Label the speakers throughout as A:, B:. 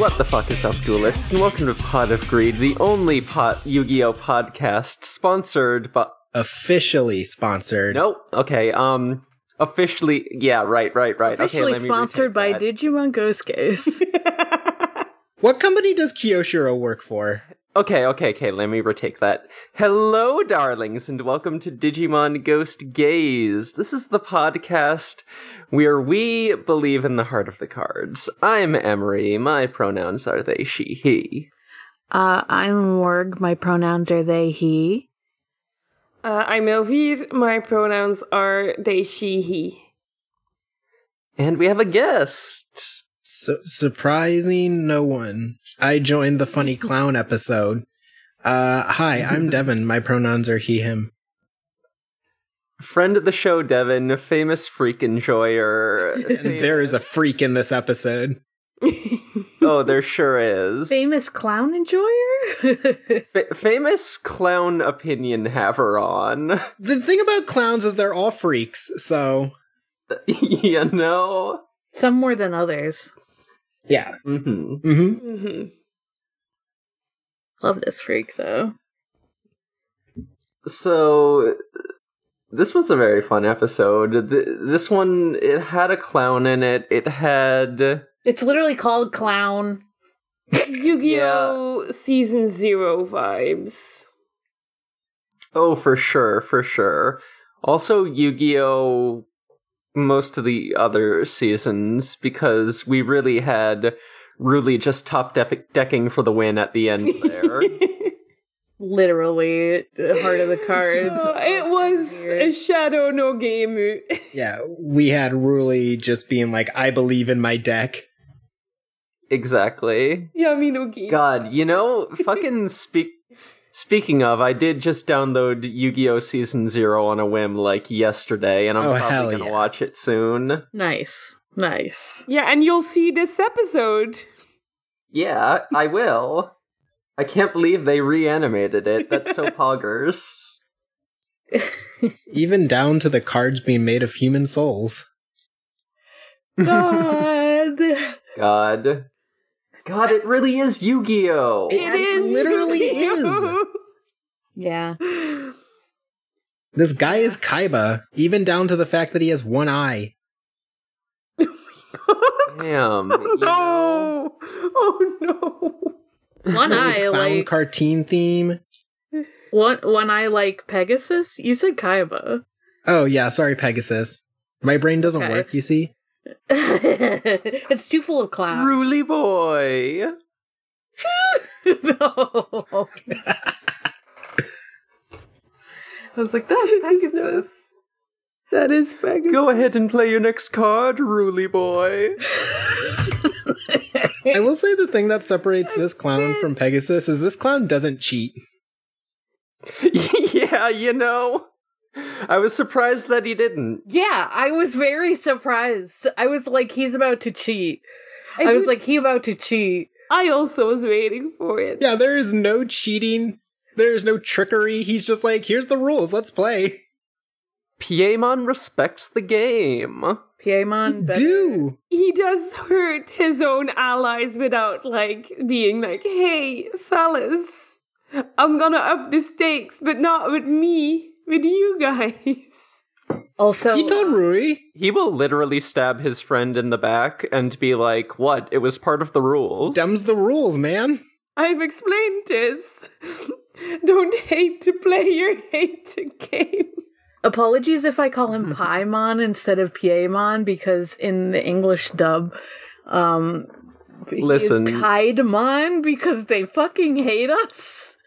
A: What the fuck is up, duelists? And welcome to Pot of Greed, the only pot Yu-Gi-Oh podcast sponsored by.
B: Officially sponsored.
A: Nope. Okay. Um. Officially, yeah. Right. Right. Right.
C: Officially
A: okay, let me
C: sponsored
A: retake
C: by
A: that.
C: Digimon Ghost Case.
B: What company does Kyoshiro work for?
A: Okay, okay, okay, let me retake that. Hello, darlings, and welcome to Digimon Ghost Gaze. This is the podcast where we believe in the heart of the cards. I'm Emery, my pronouns are they, she, he.
C: uh, I'm Morg. My pronouns are they, he.
D: Uh, I'm Elvir. My pronouns are they, she, he.
A: And we have a guest.
B: Su- surprising no one. I joined the funny clown episode. Uh, hi, I'm Devin. My pronouns are he, him.
A: Friend of the show, Devin, famous freak enjoyer.
B: And there is a freak in this episode.
A: oh, there sure is.
C: Famous clown enjoyer?
A: Fa- famous clown opinion haver on.
B: The thing about clowns is they're all freaks, so
A: you know?
C: Some more than others.
B: yeah.
A: Mm-hmm.
B: hmm
D: hmm
C: Love this freak, though.
A: so this was a very fun episode Th- this one it had a clown in it it had
C: It's literally called Clown.
D: Yu Gi Oh! Season Zero vibes.
A: oh for sure for sure also yu-gi-oh most of the other seasons because we really had really just top de- decking for the win at the end there
C: Literally, the heart of the cards.
D: Oh, it was a shadow no game.
B: Yeah, we had Ruli just being like, I believe in my deck.
A: exactly
D: Yami no game.
A: God, you know, fucking speak. Speaking of, I did just download Yu-Gi-Oh! Season Zero on a whim like yesterday, and I'm
B: Oh, hell
A: probably gonna
B: yeah.
A: watch it soon.
C: Nice. Nice.
D: Yeah, and you'll see this episode.
A: Yeah, I will. I can't believe they reanimated it. That's so poggers.
B: Even down to the cards being made of human souls.
C: God.
A: God. God, it really is Yu-Gi-Oh!
D: It is
B: literally
D: Yu-Gi-Oh!
C: yeah.
B: This guy is Kaiba, even down to the fact that he has one eye.
A: Damn. you know?
D: No! Oh no!
C: One eye,
B: clown
C: like.
B: cartoon theme.
C: One, one eye, like Pegasus? You said Kaiba.
B: Oh yeah, sorry Pegasus. My brain doesn't
C: Okay.
B: work, you see.
C: it's too full of clowns.
A: Ruly boy.
C: no. I was like, that's Pegasus.
D: That is Pegasus.
A: Go ahead and play your next card, Ruly boy.
B: I will say the thing that separates this clown from Pegasus is this clown doesn't cheat.
A: yeah, you know. I was surprised that he didn't.
C: Yeah, I was very surprised. I was like, he's about to cheat. I was like, he about to cheat.
D: I also was waiting for it.
B: Yeah, there is no cheating. There is no trickery. He's just like, here's the rules, let's play.
A: Piemon respects the game.
C: Piemon, better-
B: Do.
D: he does hurt his own allies without like being like, hey, fellas, I'm gonna up the stakes, but not with me, with you guys.
C: Also,
B: He told Rui.
A: He will literally stab his friend in the back and be like, "What? It was part of the rules."
B: Dumb's the rules, man.
D: I've explained this. Don't hate the player, hate the game.
C: apologies if I call him Paimon instead of Piemon because in the English dub, um,
A: Listen.
C: he's Kaidemon because they fucking hate us.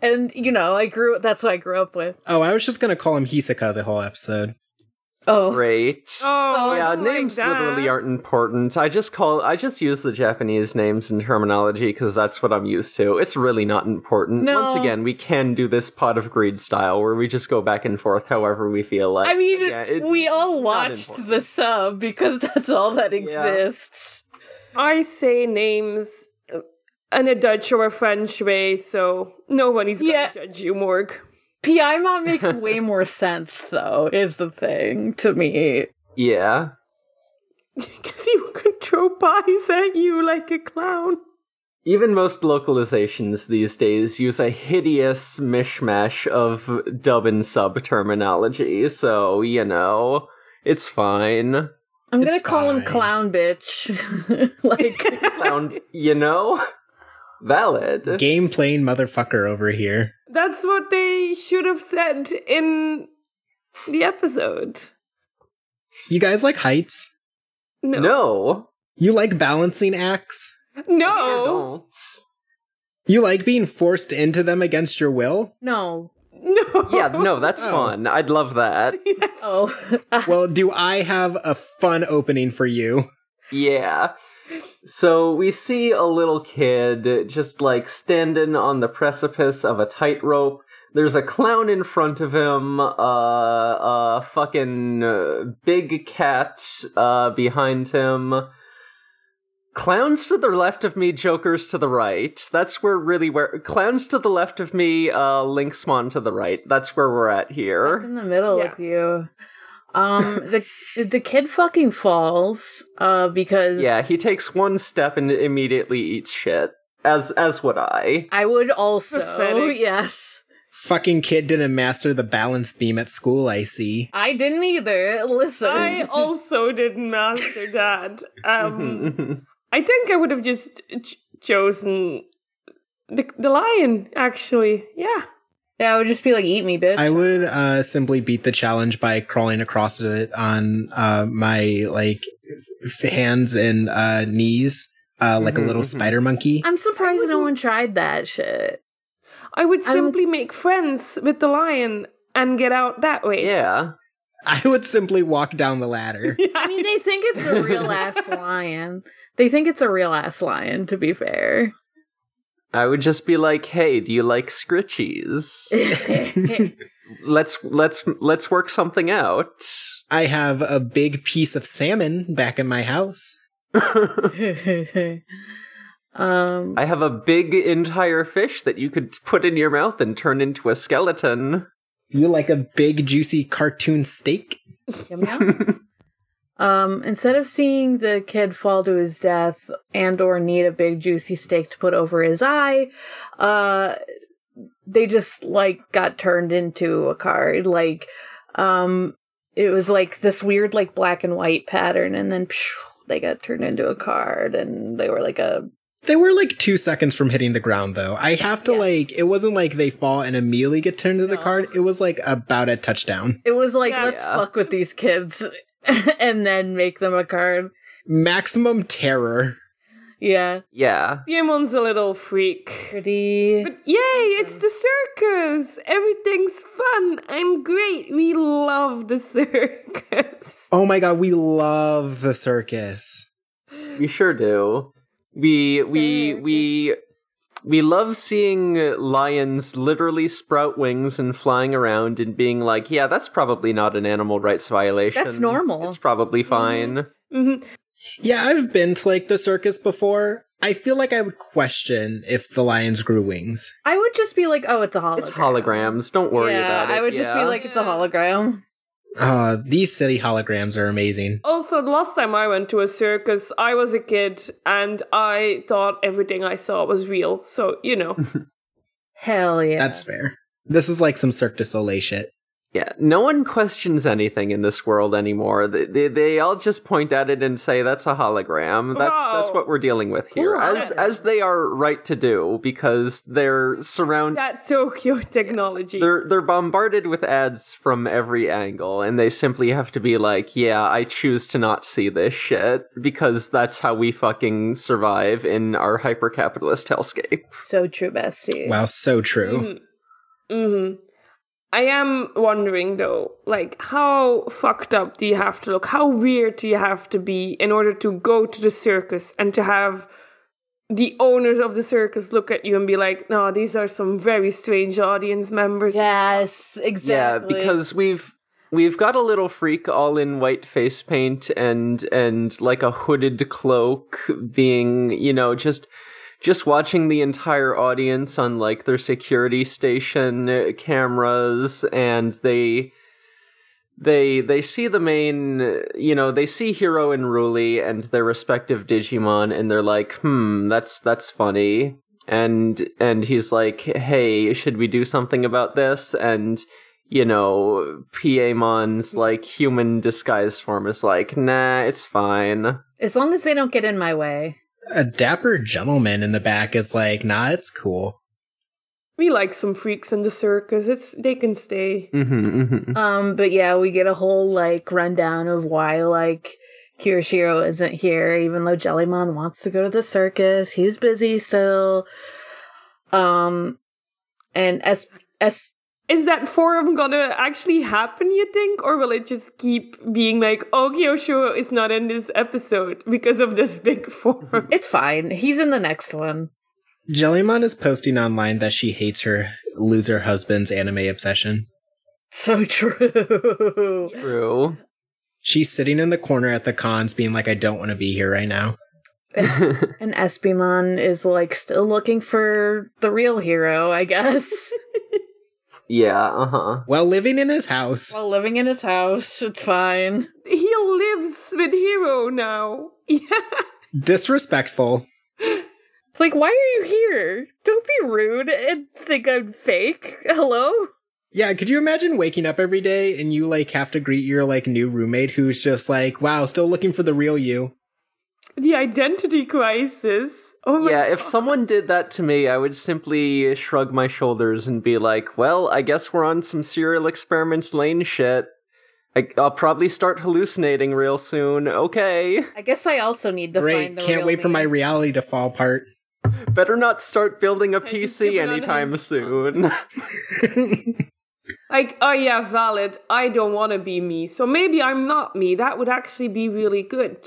C: And you know, I grew. That's what I grew up with.
B: Oh, I was just gonna call him Hisoka the whole episode.
C: Oh,
A: Great.
D: Oh,
A: yeah,
D: like
A: names
D: that.
A: literally aren't important. I just call I just use the Japanese names and terminology cuz that's what I'm used to. It's really not important.
C: No.
A: Once again, we can do this pot of greed style where we just go back and forth however we feel like.
C: I mean,
A: Yeah, it-
C: we all watched
A: important.
C: the sub because that's all that exists.
D: I say names uh, in a Dutch or a French way, so nobody's gonna
C: Yeah.
D: judge you, Morg.
C: Piemon makes way more sense, though, is the thing to me.
A: yeah.
D: Because he could throw pies at you like a clown.
A: Even most localizations these days use a hideous mishmash of dub and sub terminology, so, you know, it's fine.
C: I'm gonna
B: It's
C: call him
B: fine.
C: clown bitch. like
A: Clown, you know? Valid.
B: Game playing motherfucker over here.
D: That's what they should have said in the episode.
B: You guys like heights?
D: No.
A: No.
B: You like balancing acts?
D: No.
B: You like being forced into them against your will?
C: no.
D: No.
A: Yeah, no, that's
B: Oh.
A: fun. I'd love that.
C: Oh,
B: Well, do I have a fun opening for you?
A: Yeah. So we see a little kid just like standing on the precipice of a tightrope. There's a clown in front of him, uh, a fucking uh, big cat uh, behind him. Clowns to the left of me, jokers to the right. That's where really where clowns to the left of me, uh, Linksmon to the right. That's where we're at
C: Stuck
A: here.
C: in the middle
D: Yeah.
C: with you. Um, the the kid fucking falls uh because
A: Yeah, he takes one step and immediately eats shit. As as would I.
C: I would also
D: Pathetic.
C: yes.
B: Fucking kid didn't master the balance beam at school, I see.
C: I didn't either. Listen,
D: I also didn't master that.
A: Mm-hmm.
D: Um, I think I would have just ch- chosen the, the lion, actually. Yeah.
C: yeah, I would just be like, "Eat me, bitch."
B: I would uh, simply beat the challenge by crawling across it on uh, my like f- hands and uh, knees, uh, like
A: Mhm,
B: a little
A: mhm.
B: spider monkey.
C: I'm surprised no one tried that shit.
D: I would
C: I'm-
D: simply make friends with the lion and get out that way.
A: Yeah.
B: I would simply walk down the ladder.
C: I mean, they think it's a real ass lion. They think it's a real ass lion. To be fair,
A: I would just be like, "Hey, do you like scritchies? let's let's let's work something out."
B: I have a big piece of salmon back in my house.
C: um,
A: I have a big entire fish that you could put in your mouth and turn into a skeleton.
B: You like a big juicy cartoon steak?
C: yum, yum. um, instead of seeing the kid fall to his death and or need a big juicy steak to put over his eye, uh, they just like got turned into a card. Like, um, it was like this weird like black and white pattern, and then phew, they got turned into a card, and they were like a
B: They were like two seconds from hitting the ground, though. I have to
C: Yes.
B: like, it wasn't like they fall and immediately get turned to the
C: No.
B: card. It was like about a touchdown.
C: It was like,
D: Yeah.
C: let's
A: Yeah.
C: fuck with these kids and then make them a card.
B: Maximum terror.
C: Yeah.
A: yeah.
D: Yemon's a little freak.
C: Pretty.
D: But yay, it's the circus! Everything's fun and great. We love the circus.
B: Oh my god, we love the circus.
A: We sure do. We we we we love seeing lions literally sprout wings and flying around and being like, "Yeah, that's probably not an animal rights violation.
C: That's normal." Mm-hmm.
A: It's probably fine."
D: Mhm.
B: Yeah, I've been to like the circus before. I feel like I would question if the lions grew wings.
C: I would just be like, oh, it's a hologram.
A: It's holograms. Don't worry
C: yeah,
A: about it.
C: I would just be
A: yeah.
C: like, it's a
D: Yeah.
C: hologram.
B: Uh, these city holograms are amazing.
D: Also, the last time I went to a circus, I was a kid and I thought everything I saw was real. So, you know.
C: Hell yeah.
B: That's fair. This is like some Cirque du Soleil shit.
A: Yeah, no one questions anything in this world anymore. They, they, they all just point at it and say that's a hologram. That's that's
D: Wow.
A: what we're dealing with here,
C: Cool.
A: as as they are right to do because they're surround
D: that Tokyo technology.
A: they're they're bombarded with ads from every angle, and they simply have to be like, yeah, I choose to not see this shit because that's how we fucking survive in our hyper capitalist hellscape.
C: So true, bestie.
B: Wow, so true.
C: Mm.
D: hmm I am wondering though, like, how fucked up do you have to look? How weird do you have to be in order to go to the circus and to have the owners of the circus look at you and be like, no, these are some very strange audience members.
C: Yes, exactly.
A: Yeah, because we've we've got a little freak all in white face paint and and like a hooded cloak being, you know, just just watching the entire audience on like their security station uh, cameras and they they they see the main you know they see hero and ruli and their respective digimon and they're like hmm that's that's funny and and he's like hey should we do something about this and you know pamon's like human disguise form is like nah it's fine
C: As long as they don't get in my way.
B: A dapper gentleman in the back is like, nah, it's cool.
D: We like some freaks in the circus. It's they can stay.
A: mm-hmm, mm-hmm.
C: Um, but yeah, we get a whole like rundown of why like Kirishiro isn't here, even though Jellymon wants to go to the circus. He's busy still. Um, and as as
D: Is that forum gonna actually happen, you think? Or will it just keep being like, oh, Kyosho is not in this episode because of this big forum?
C: it's fine, he's in the next one.
B: Jellymon is posting online that she hates her loser husband's anime obsession.
C: So true.
A: true
B: She's sitting in the corner at the cons being like, I don't want to be here right now.
C: And Espimon is like still looking for the real hero, I guess.
A: yeah uh-huh
B: While living in his house.
C: While living in his house, it's fine.
D: he lives with Hero now. Yeah.
B: Disrespectful.
C: It's like, why are you here? Don't be rude and think I'm fake. Hello?
B: Yeah, could you imagine waking up every day and you like have to greet your like new roommate who's just like, wow, still looking for the real you?
D: The identity crisis. Oh my
A: yeah if someone did that to me i would simply shrug my shoulders and be like well i guess we're on some serial experiments lane shit I, i'll probably start hallucinating real soon okay
C: I guess I also need to
B: Great.
C: find the
B: Can't
C: real
B: wait for
C: me.
B: my reality to fall apart.
A: better not start building a
D: just give
A: pc
D: it on
A: anytime
D: Hinge.
A: soon
D: Like, oh yeah, valid. I don't want to be me. So maybe I'm not me. That would actually be really good.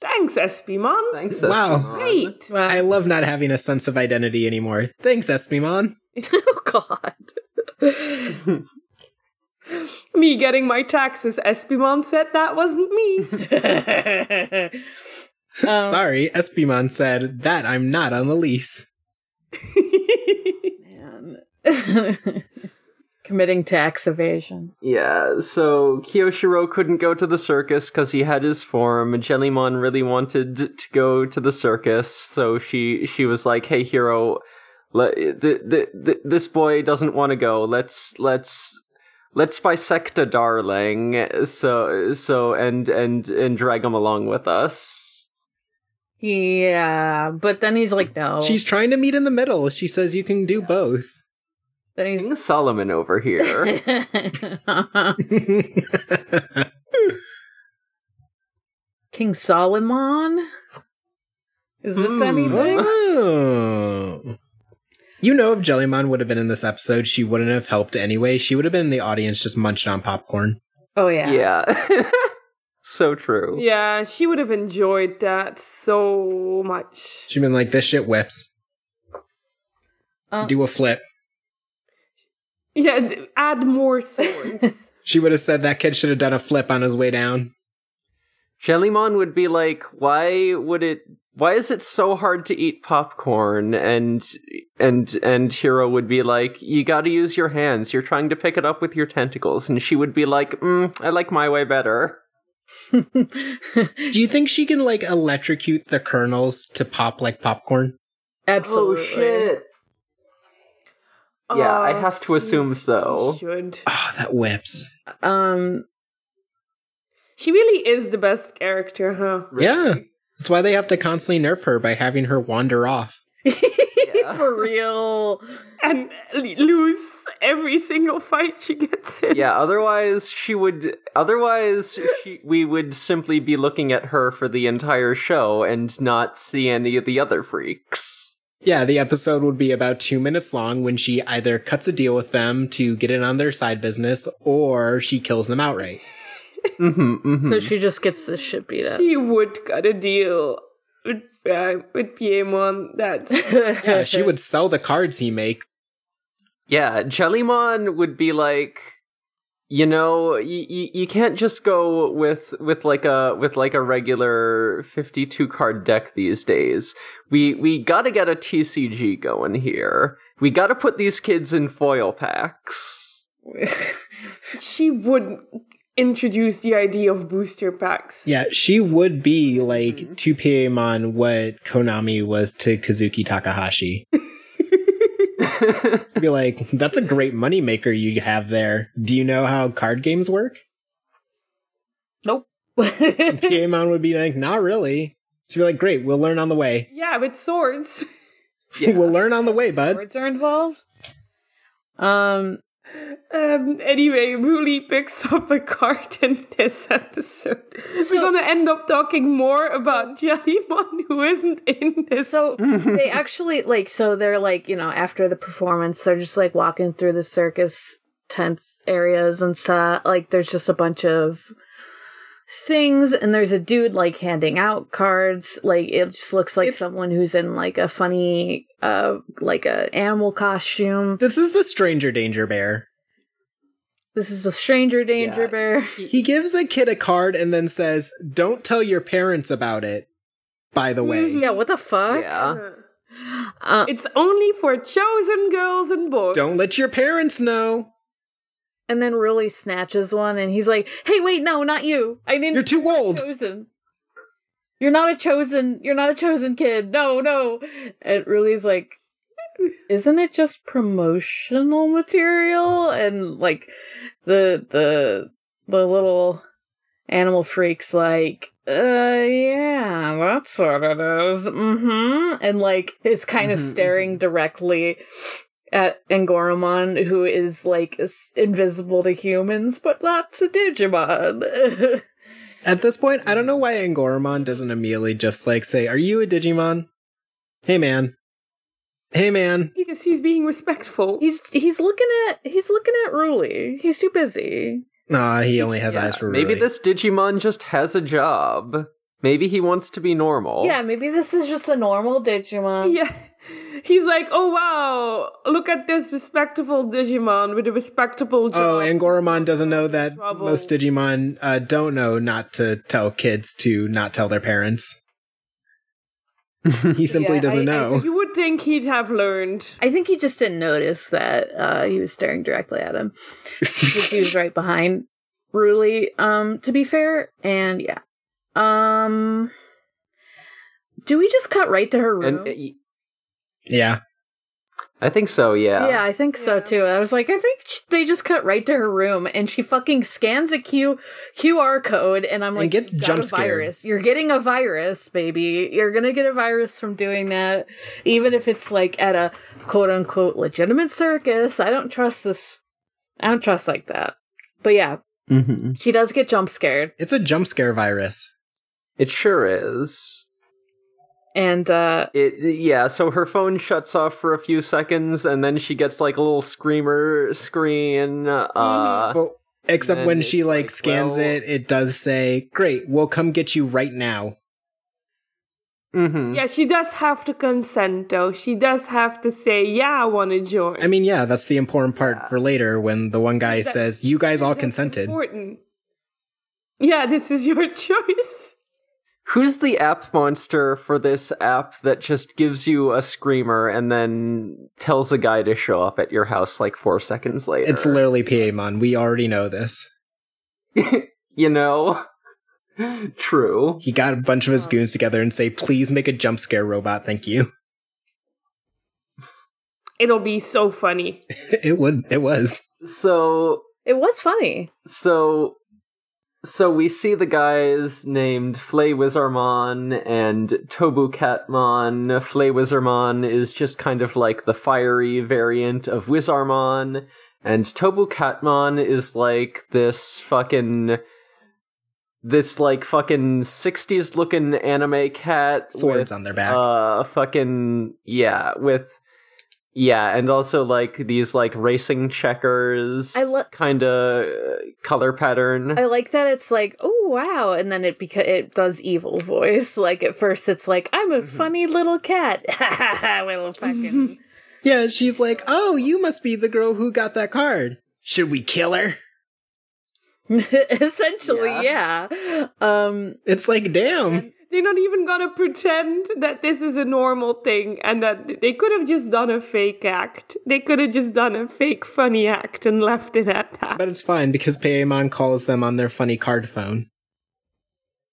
D: Thanks, SB man.
A: thanks
B: Wow.
A: Esteban.
D: Great.
C: Wow.
B: I love not having a sense of identity anymore. Thanks, Espimon.
C: oh god.
D: Me getting my taxes. SB man said that wasn't me.
C: Um,
B: Sorry, Espimon said that I'm not on the lease.
C: man. Committing tax evasion.
A: Yeah, so Kyoshiro couldn't go to the circus because he had his form. Jellymon really wanted to go to the circus, so she she was like, "Hey, Hero, le- th- th- th- this boy doesn't want to go. Let's let's let's bisect a darling. So so and and and drag him along with us."
C: Yeah, but then he's like, no.
B: She's trying to meet in the middle. She says you can do both.
C: then
A: King
C: he's.
A: Solomon over here.
C: King Solomon? Is this
A: Hmm.
C: anything?
B: oh. You know, if Jellymon would have been in this episode, she wouldn't have helped anyway. She would have been in the audience just munching on popcorn.
C: Oh yeah.
A: yeah, so true.
D: yeah, she would have enjoyed that so much.
B: She'd been like, this shit whips.
C: Um,
B: Do a flip.
D: Yeah, d- add more swords.
B: She would have said that kid should have done a flip on his way down.
A: Jellymon would be like, "Why would it? Why is it so hard to eat popcorn?" And and and Hiro would be like, "You got to use your hands. You're trying to pick it up with your tentacles." And she would be like, mm, "I like my way better."
B: Do you think she can like electrocute the kernels to pop like popcorn?
C: absolutely.
A: Oh, Yeah, I
D: Oh,
A: have to assume so.
D: She should.
B: Oh, that whips.
C: Um.
D: She really is the best character, huh?
B: Yeah. That's why they have to constantly nerf her by having her wander off.
A: Yeah.
C: For real.
D: And l- lose every single fight she gets in.
A: Yeah, otherwise she would otherwise she, we would simply be looking at her for the entire show and not see any of the other freaks.
B: Yeah, the episode would be about two minutes long when she either cuts a deal with them to get in on their side business or she kills them outright.
A: hmm
C: So she just gets this shit beat up.
D: She would cut a deal with uh, with Piemon. That's
B: Yeah, she would sell the cards he makes.
A: Yeah, Jellymon would be like, you know, y- y- you can't just go with with like a with like a regular fifty two card deck these days. We we gotta get a TCG going here. We gotta put these kids in foil packs.
D: she would introduce the idea of booster packs.
B: Yeah, she would be like to Piemon what Konami was to Kazuki Takahashi. be like, that's a great moneymaker you have there. Do you know how card games work?
C: Nope.
B: Piemon would be like, not really. She'd be like, great, we'll learn on the way.
D: Yeah, with swords.
A: Yeah.
B: we'll learn on the way, bud.
C: Swords are involved. Um,
D: Um, anyway, Ruli picks up a card in this episode.
C: So-
D: We're gonna end up talking more about Jellymon, who isn't in this.
C: so they actually like so they're like you know after the performance they're just like walking through the circus tents areas and stuff like there's just a bunch of things and there's a dude like handing out cards like it just looks like
B: It's-
C: someone who's in like a funny uh like a animal costume
B: This is the Stranger Danger Bear.
C: this is the stranger danger
B: Yeah.
C: bear
B: He gives a kid a card and then says, don't tell your parents about it, by the way.
C: yeah what the fuck
A: yeah.
C: uh,
D: it's only for chosen girls and boys.
B: Don't let your parents know.
C: and then really snatches one and he's like hey wait no not you i didn't
B: You're too old.
C: chosen. You're not a chosen. You're not a chosen kid. No, no. It really is like, isn't it just promotional material? And like, the the the little animal freaks like, uh, yeah, that's what it is. Mm-hmm. And like, is kind of
A: Mhm,
C: staring directly at Angoramon, who is like s- invisible to humans, but not to Digimon.
B: At this point, I don't know why Angoramon doesn't immediately just like say, Are you a Digimon? Hey man. Hey man.
D: Because he's being respectful.
C: He's he's looking at he's looking at Ruli. He's too busy.
B: Nah, he only has
A: Yeah,
B: eyes for
A: Maybe
B: Ruri.
A: this Digimon just has a job. Maybe he wants to be normal.
C: Yeah, maybe this is just a normal Digimon.
D: yeah. He's like, oh wow, look at this respectable Digimon with a respectable
B: Oh,
D: job.
B: Angoramon doesn't know that
D: Trouble.
B: most Digimon uh, don't know not to tell kids to not tell their parents. he simply
C: Yeah,
B: doesn't
C: I- I
B: know.
D: you would think he'd have learned.
C: I think he just didn't notice that uh, he was staring directly at him. Because he was right behind Ruli, um, to be fair. And yeah. Um Do we just cut right to her room?
A: And uh,
B: yeah.
A: I think so, yeah.
C: Yeah, I think so
D: Yeah.
C: too. I was like, I think sh- they just cut right to her room, and she fucking scans a Q QR code, and I'm
B: And
C: like,
B: gets
C: "You got
B: jump
C: a
B: scared."
C: virus. You're getting a virus, baby. You're gonna get a virus from doing that, even if it's like at a quote unquote legitimate circus. I don't trust this. I don't trust like that. But yeah,
A: Mhm.
C: she does get jump scared,
B: It's a jump scare virus.
A: It sure is.
C: and uh,
A: It yeah, so her phone shuts off for a few seconds and then she gets like a little screamer screen uh
B: Well, except
A: then
B: when she
A: it's
B: like,
A: like,
B: scans
A: well-
B: it, it does say, "Great, we'll come get you right now."
A: mhm.
D: Yeah, she does have to consent though. She does have to say, yeah, I wanna join.
B: I mean, yeah, that's the important part for later when the one guy
D: That-
B: says, "You guys all
D: That's
B: consented."
D: Important. Yeah, this is your choice.
A: Who's the app monster for this app that just gives you a screamer and then tells a guy to show up at your house like 4 seconds later?
B: It's literally Piemon. We already know this.
A: you know. True.
B: He got a bunch of his goons together and say, "Please make a jump scare robot, thank you."
D: It'll be so funny.
B: it would. It was.
A: So
C: it was funny.
A: so so we see the guys named Flay Wizarmon and Tobu Catmon. Flay Wizarmon is just kind of like the fiery variant of Wizarmon, and Tobu Catmon is like this fucking this like fucking 60s looking anime cat
B: Swords
A: with
B: on their back.
A: uh fucking yeah with yeah and also like these like racing checkers
C: I lo-
A: kind of uh, color pattern
C: I like that it's like, oh wow, and then it beca- it does evil voice. Like at first, it's like I'm a funny little cat, little fucking.
B: yeah, she's like, "Oh, you must be the girl who got that card. Should we kill her?"
C: Essentially, yeah. Um,
B: It's like, damn.
D: They're not even gonna pretend that this is a normal thing and that they could have just done a fake act. They could have just done a fake funny act and left it at that.
B: But it's fine because Paimon calls them on their funny card phone.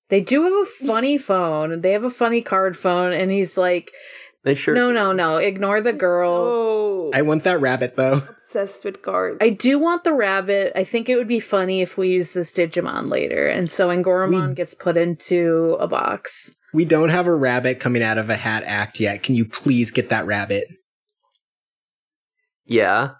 C: They do have a funny phone. They have a funny card phone, and he's like,
A: They sure.
C: no, no, no, ignore the girl.
D: So
B: I want that rabbit though.
D: Oh, obsessed with cards.
C: I do want the rabbit. I think it would be funny if we use this Digimon later. And so Angoramon
B: We-
C: gets put into a box.
B: We don't have a rabbit coming out of a hat act yet. Can you please get that rabbit?
A: Yeah.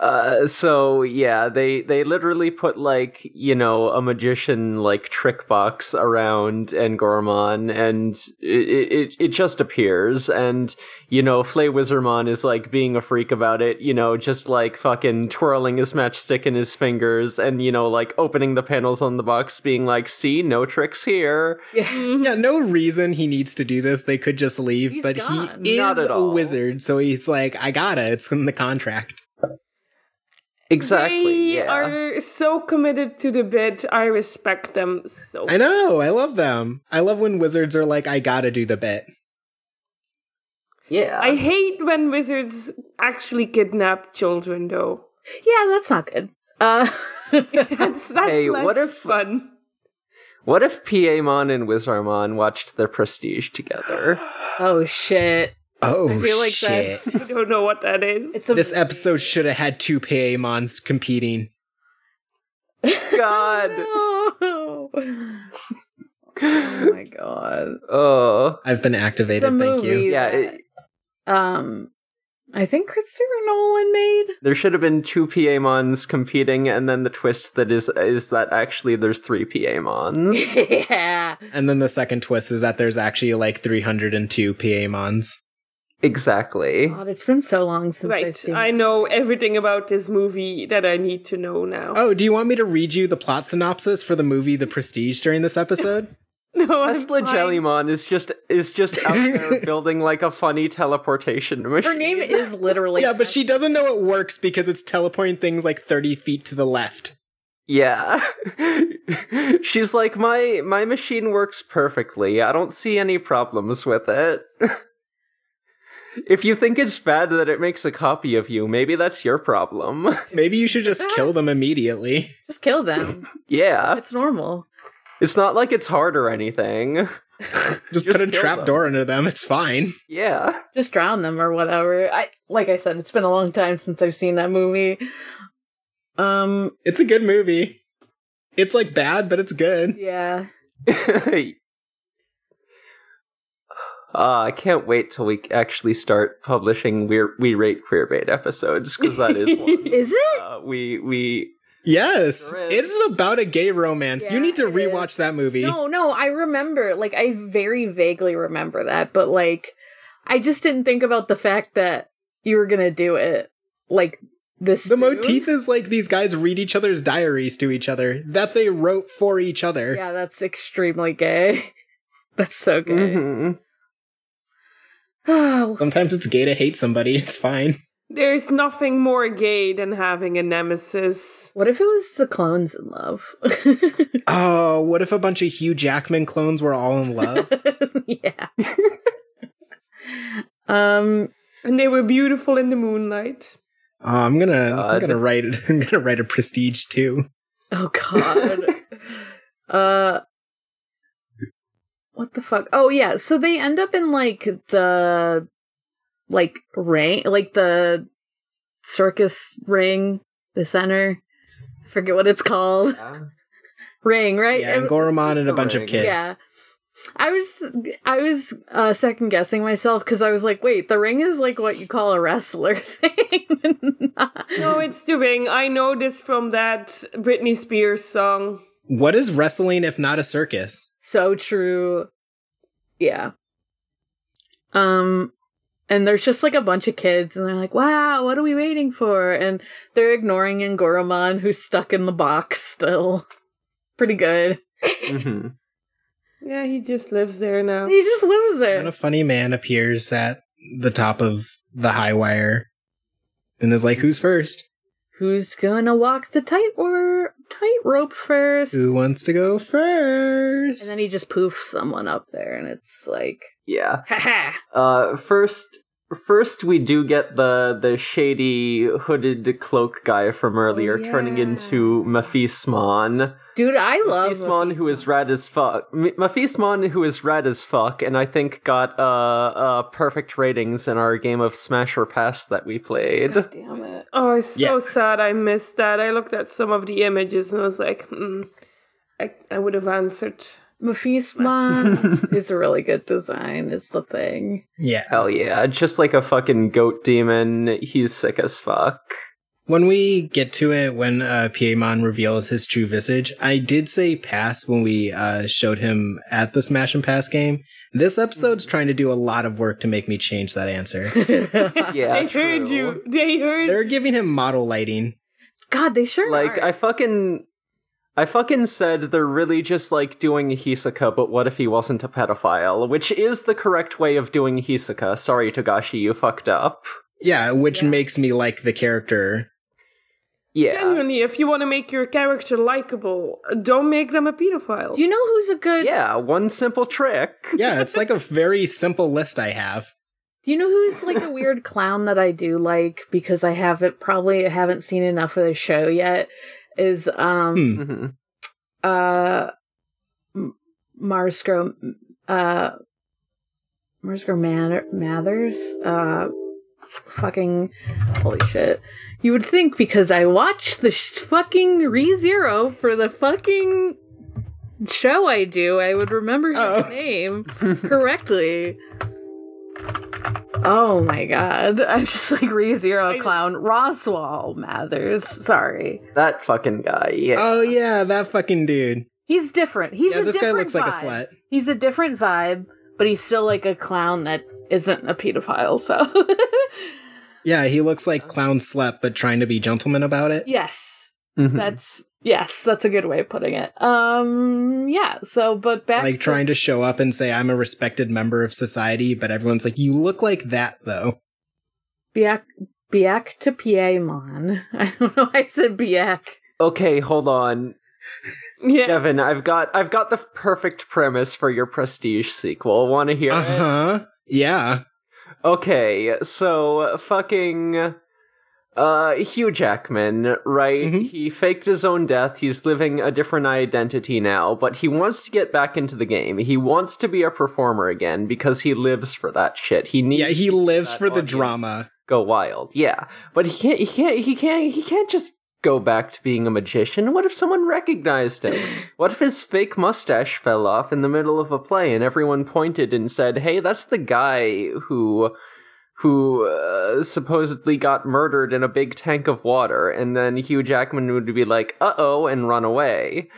A: Uh, so yeah, they they literally put like you know a magician like trick box around Engormon, and it, it it just appears, and you know Flay Wizermon is like being a freak about it, you know, just like fucking twirling his matchstick in his fingers, and you know like opening the panels on the box, being like, "See, no tricks here."
B: Yeah, no reason he needs to do this. They could just leave,
C: He's
B: but
C: gone.
B: he
A: Not
B: is
A: at
B: a
A: all.
B: wizard, so he's like, I gotta. It's in the contract.
A: Exactly.
D: They
A: yeah.
D: are so committed to the bit. I respect them so.
B: I know. I love them. I love when wizards are like, I gotta do the bit.
A: yeah.
D: I hate when wizards actually kidnap children, though.
C: Yeah, that's not good. Uh,
D: That's that's
A: Hey,
D: less
A: what if-
D: fun.
A: what if Piemon and Wizarmon watched The Prestige together?
C: oh, shit.
B: Oh,
C: I feel like
B: shit.
D: I
C: that's.
D: don't know what that is.
C: It's a,
B: This episode should have had two Paimons competing.
A: God.
C: No. oh my god.
A: Oh.
B: I've been
C: It's a
B: activated. Thank
C: movie.
B: you.
A: Yeah,
C: that,
A: it-
C: um, I think Christopher Nolan made.
A: There should have been two Piemons competing, and then the twist that is is that actually there's three Piemons.
C: yeah.
B: And then the second twist is that there's actually like 302 Paimons.
A: exactly.
C: God, it's been so long since I've
D: Right,
C: seen.
D: I know everything about this movie that I need to know now.
B: Oh, do you want me to read you the plot synopsis for the movie The Prestige during this episode?
D: no, I'm
A: Tesla
D: fine.
A: Jellymon is just is just out there building like a funny teleportation machine.
C: Her name is literally.
B: yeah, but she doesn't know it works because it's teleporting things like 30 feet to the left.
A: Yeah. She's like my my machine works perfectly. I don't see any problems with it. if you think it's bad that it makes a copy of you, maybe that's your problem.
B: Maybe you should just kill them immediately.
C: just kill them.
A: yeah.
C: It's normal.
A: It's not like it's hard or anything.
B: Just,
A: Just
B: put a
A: kill
B: trap
A: them.
B: door under them. It's fine.
A: Yeah.
C: Just drown them or whatever. I like I said, it's been a long time since I've seen that movie. Um.
B: It's a good movie. It's like bad, but it's good.
C: Yeah.
A: Ah, I can't wait till we actually start publishing we we rate queerbait episodes because that is one.
C: Is it?
A: uh, we we
B: Yes,
A: Sure is.
B: it is about a gay romance.
C: Yeah,
B: you need to
C: it
B: rewatch
C: is.
B: that movie.
C: No, no, I remember. Like, I very vaguely remember that, but like, I just didn't think about the fact that you were gonna do it. Like this.
B: The
C: soon.
B: motif is like these guys read each other's diaries to each other that they wrote for each other.
C: Yeah, that's extremely gay. That's so
B: Mm-hmm.
C: gay.
A: mhm.
B: Sometimes it's gay to hate somebody. It's fine.
D: There's nothing more gay than having a nemesis.
C: what if it was the clones in love?
B: Oh, what if a bunch of Hugh Jackman clones were all in love? Oh,
C: yeah. um.
D: And they were beautiful in the moonlight.
B: Oh, I'm gonna, I'm
A: God.
B: gonna write it. I'm gonna write a prestige too.
C: Oh god. uh What the fuck? Oh yeah, so they end up in like the like ring, like the circus ring, the center. I forget what it's called.
A: Yeah.
C: Ring, right?
B: yeah, and
C: It-
B: Goromon
A: just
B: and a
A: a
B: bunch of
A: ring.
B: kids.
C: yeah. I was I was uh, second guessing myself because I was like, wait, the ring is like what you call a wrestler thing.
D: No, it's doing. I know this from that Britney Spears song.
B: What is wrestling if not a circus?
C: so true yeah um and there's just like a bunch of kids and they're like wow what are we waiting for and they're ignoring Ngoromon who's stuck in the box still pretty good
A: Mhm.
D: Yeah, he just lives there now.
C: he just lives
B: And
C: there
B: a funny man appears at the top of the high wire and is like, "Who's first?
C: Who's gonna walk the tight or tightrope first?
B: Who wants to go
C: And
B: first?
C: then he just poofs someone up there, and it's like,
A: Yeah.
C: ha ha.
A: Uh, first, first we do get the the shady hooded cloak guy from earlier turning
C: yeah.
A: into Mephismon.
C: Dude, I love
A: Mephismon, who is rad as fuck. M- Mephismon, who is rad as fuck, and I think got uh, uh perfect ratings in our game of Smash or Pass that we played.
C: Damn it.
D: Oh, it's so
B: Yeah.
D: sad I missed that. I looked at some of the images and I was like, mm, I, I would have answered.
C: Mephismon is a really good design, is the thing.
B: yeah.
A: Hell yeah! Just like a fucking goat demon, he's sick as fuck.
B: When we get to it, when uh, Piemon reveals his true visage, I did say pass when we uh, showed him at the Smash and Pass game. This episode's trying to do a lot of work to make me change that answer.
A: Yeah,
D: they heard
A: true.
D: you. They heard
B: They're giving him model lighting.
C: God, they sure
A: Like
C: are.
A: I fucking I fucking said they're really just like doing Hisoka, but what if he wasn't a pedophile? Which is the correct way of doing Hisoka. Sorry, Togashi, you fucked up.
B: Yeah, which
C: Yeah.
B: makes me like the character.
A: Yeah.
D: Genuinely, if you want to make your character likable, don't make them a pedophile.
C: you know who's a good?
A: Yeah, one simple trick.
B: Yeah, it's like a very simple list I have.
C: Do you know who's like a weird clown that I do like because I haven't probably haven't seen enough of the show yet? Is um
B: Hmm.
A: Mhm.
C: uh M- Marsco uh Marsco Man- Mathers uh fucking holy shit. You would think because I watched the sh- fucking Re Zero for the fucking show I do, I would remember his
B: Oh.
C: name correctly. Oh my god. I'm just like Re Zero
D: I-
C: clown. Roswell Mathers. Sorry.
A: That fucking guy. Yeah.
B: Oh yeah, that fucking dude.
C: He's different. He's
B: yeah,
C: a
B: this guy
C: different
B: looks like a
C: vibe.
B: slut.
C: He's a different vibe, but he's still like a clown that isn't a pedophile. So,
B: Yeah, he looks like clown slut, but trying to be gentleman about it.
C: yes,
A: Mhm.
C: that's yes, that's a good way of putting it. Um, yeah. So, but back
B: Like trying to show up and say I'm a respected member of society, but everyone's like, you look like that though.
C: Biak Biak to Piemon. I don't know. why I said Biak.
A: Okay, hold on.
D: yeah.
A: Devin, I've got I've got the f- perfect premise for your prestige sequel. Wanna hear
B: Uh
A: it?
B: huh. Yeah.
A: Okay, so fucking uh Hugh Jackman, right?
B: Mhm.
A: He faked his own death. He's living a different identity now, but he wants to get back into the game. He wants to be a performer again because he lives for that shit. He needs
B: Yeah, he lives
A: that
B: for the
A: audience.
B: drama.
A: go wild. Yeah. But he can't he can't he can't he can't just go back to being a magician. What if someone recognized him? What if his fake mustache fell off in the middle of a play and everyone pointed and said, "Hey, that's the guy who who uh, supposedly got murdered in a big tank of water." And then Hugh Jackman would be like, "Uh-oh," and run away.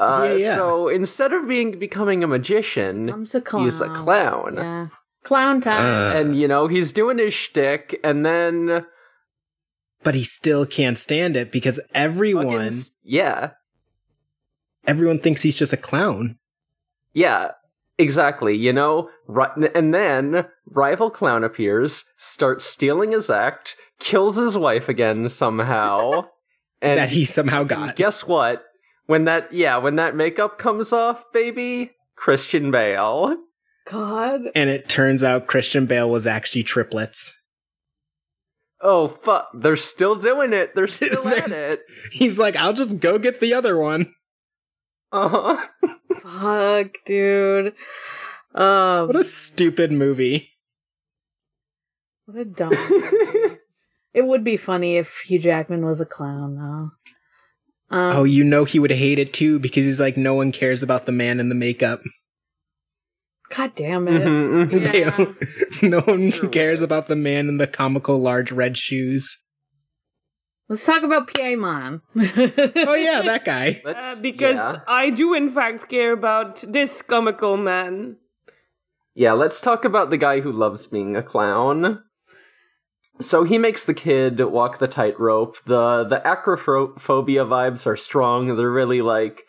A: Uh,
B: Yeah, yeah.
A: so instead of being becoming a magician,
C: I'm a clown.
A: he's a clown.
C: Yeah, clown time.
B: Uh,
A: and you know, he's doing his shtick and then
B: but he still can't stand it because
A: Fucking
B: everyone
A: s- Yeah.
B: everyone thinks he's just a clown.
A: Yeah. Exactly. You know, ri- and then rival clown appears, starts stealing his act, kills his wife again somehow. and
B: that he somehow got.
A: guess what? When that yeah, when that makeup comes off, baby, Christian Bale.
C: God.
B: And it turns out Christian Bale was actually triplets.
A: Oh fuck, they're still doing it. They're still at
B: They're
A: it.
B: He's like, I'll just go get the other one.
A: Uh-huh.
C: Fuck, dude. Um,
B: What a stupid movie.
C: what a dumb. It would be funny if Hugh Jackman was a clown, though. Um,
B: Oh, you know he would hate it too because he's like, no one cares about the man in the makeup.
C: God damn it.
A: Mhm, mhm.
B: They
C: Yeah.
B: don't- no one
A: Sure would.
B: cares about the man in the comical large red shoes.
C: Let's talk about Piemon.
B: Oh yeah, that guy.
A: Let's-
D: Uh, because
A: yeah.
D: I do, in fact, care about this comical man.
A: Yeah, let's talk about the guy who loves being a clown. So he makes the kid walk the tightrope. The the acrophobia vibes are strong. They're really like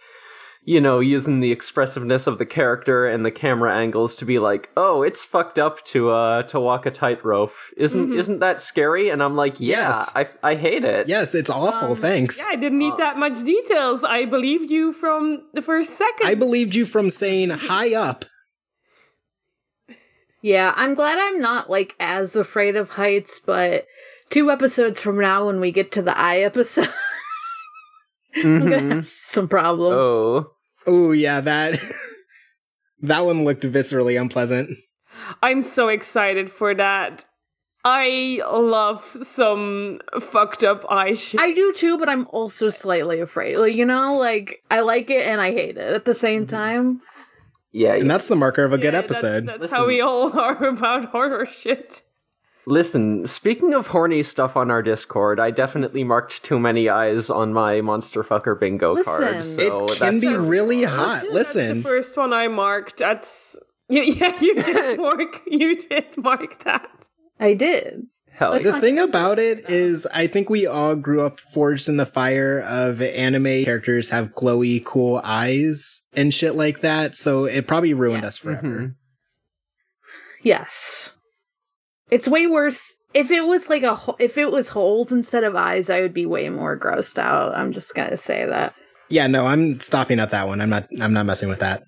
A: you know, using the expressiveness of the character and the camera angles to be like, "Oh, it's fucked up to uh to walk a tightrope. Isn't
D: Mhm.
A: isn't that scary?" And I'm like, "Yeah,
B: Yes.
A: I f I I hate it."
B: Yes, it's awful.
C: Um,
B: thanks.
D: Yeah, I didn't need that much details. I believed you from the first second.
B: I believed you from saying high up.
C: Yeah, I'm glad I'm not like as afraid of heights, but two episodes from now when we get to the eye episode, I'm gonna
A: Mhm.
C: have some problems.
A: Oh.
B: Oh yeah, that that one looked viscerally unpleasant.
D: I'm so excited for that. I love some fucked up eye shit.
C: I do too, but I'm also slightly afraid. Like, you know, like I like it and I hate it at the same time.
A: Yeah,
B: And that's the marker of a good
D: Yeah, that's-
B: episode.
D: That's,
A: Listen.
D: how we all are about horror shit.
A: Listen, speaking of horny stuff on our Discord, I definitely marked too many eyes on my monster fucker bingo
C: Listen.
A: card. So
B: it can
A: that's
B: be
A: where we
B: really
A: are.
B: hot.
D: That's the
B: Uh, Listen,
D: first one I marked. That's yeah, yeah you did mark. You did mark that.
C: I did.
A: Hell
C: Let's
A: yeah.
B: the
C: not
B: thing about it is, I think we all grew up forged in the fire of anime characters have glowy, cool eyes and shit like that. So it probably ruined
C: Yes.
B: us forever.
C: Yes. It's way worse. If it was like a ho- if it was holes instead of eyes, I would be way more grossed out. I'm just going to say that.
B: Yeah, no, I'm stopping at that one. I'm not. I'm not messing with that.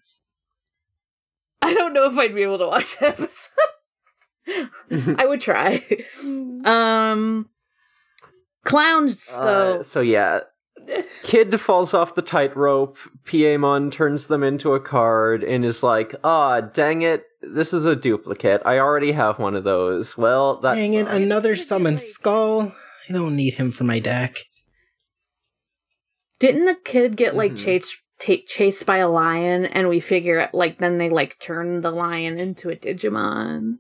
C: I don't know if I'd be able to watch the episode. I would try. Um clowns though.
A: Uh, so yeah. Kid falls off the tightrope, Piemon turns them into a card and is like, ah, dang it, this is a duplicate. I already have one of those. Well, that's
B: Dang it! Another summon
C: Like-
B: skull. I don't need him for my deck.
C: Didn't the kid get like
A: Mhm.
C: chased ta- chased by a lion and we figure it like then they like turn the lion into a Digimon?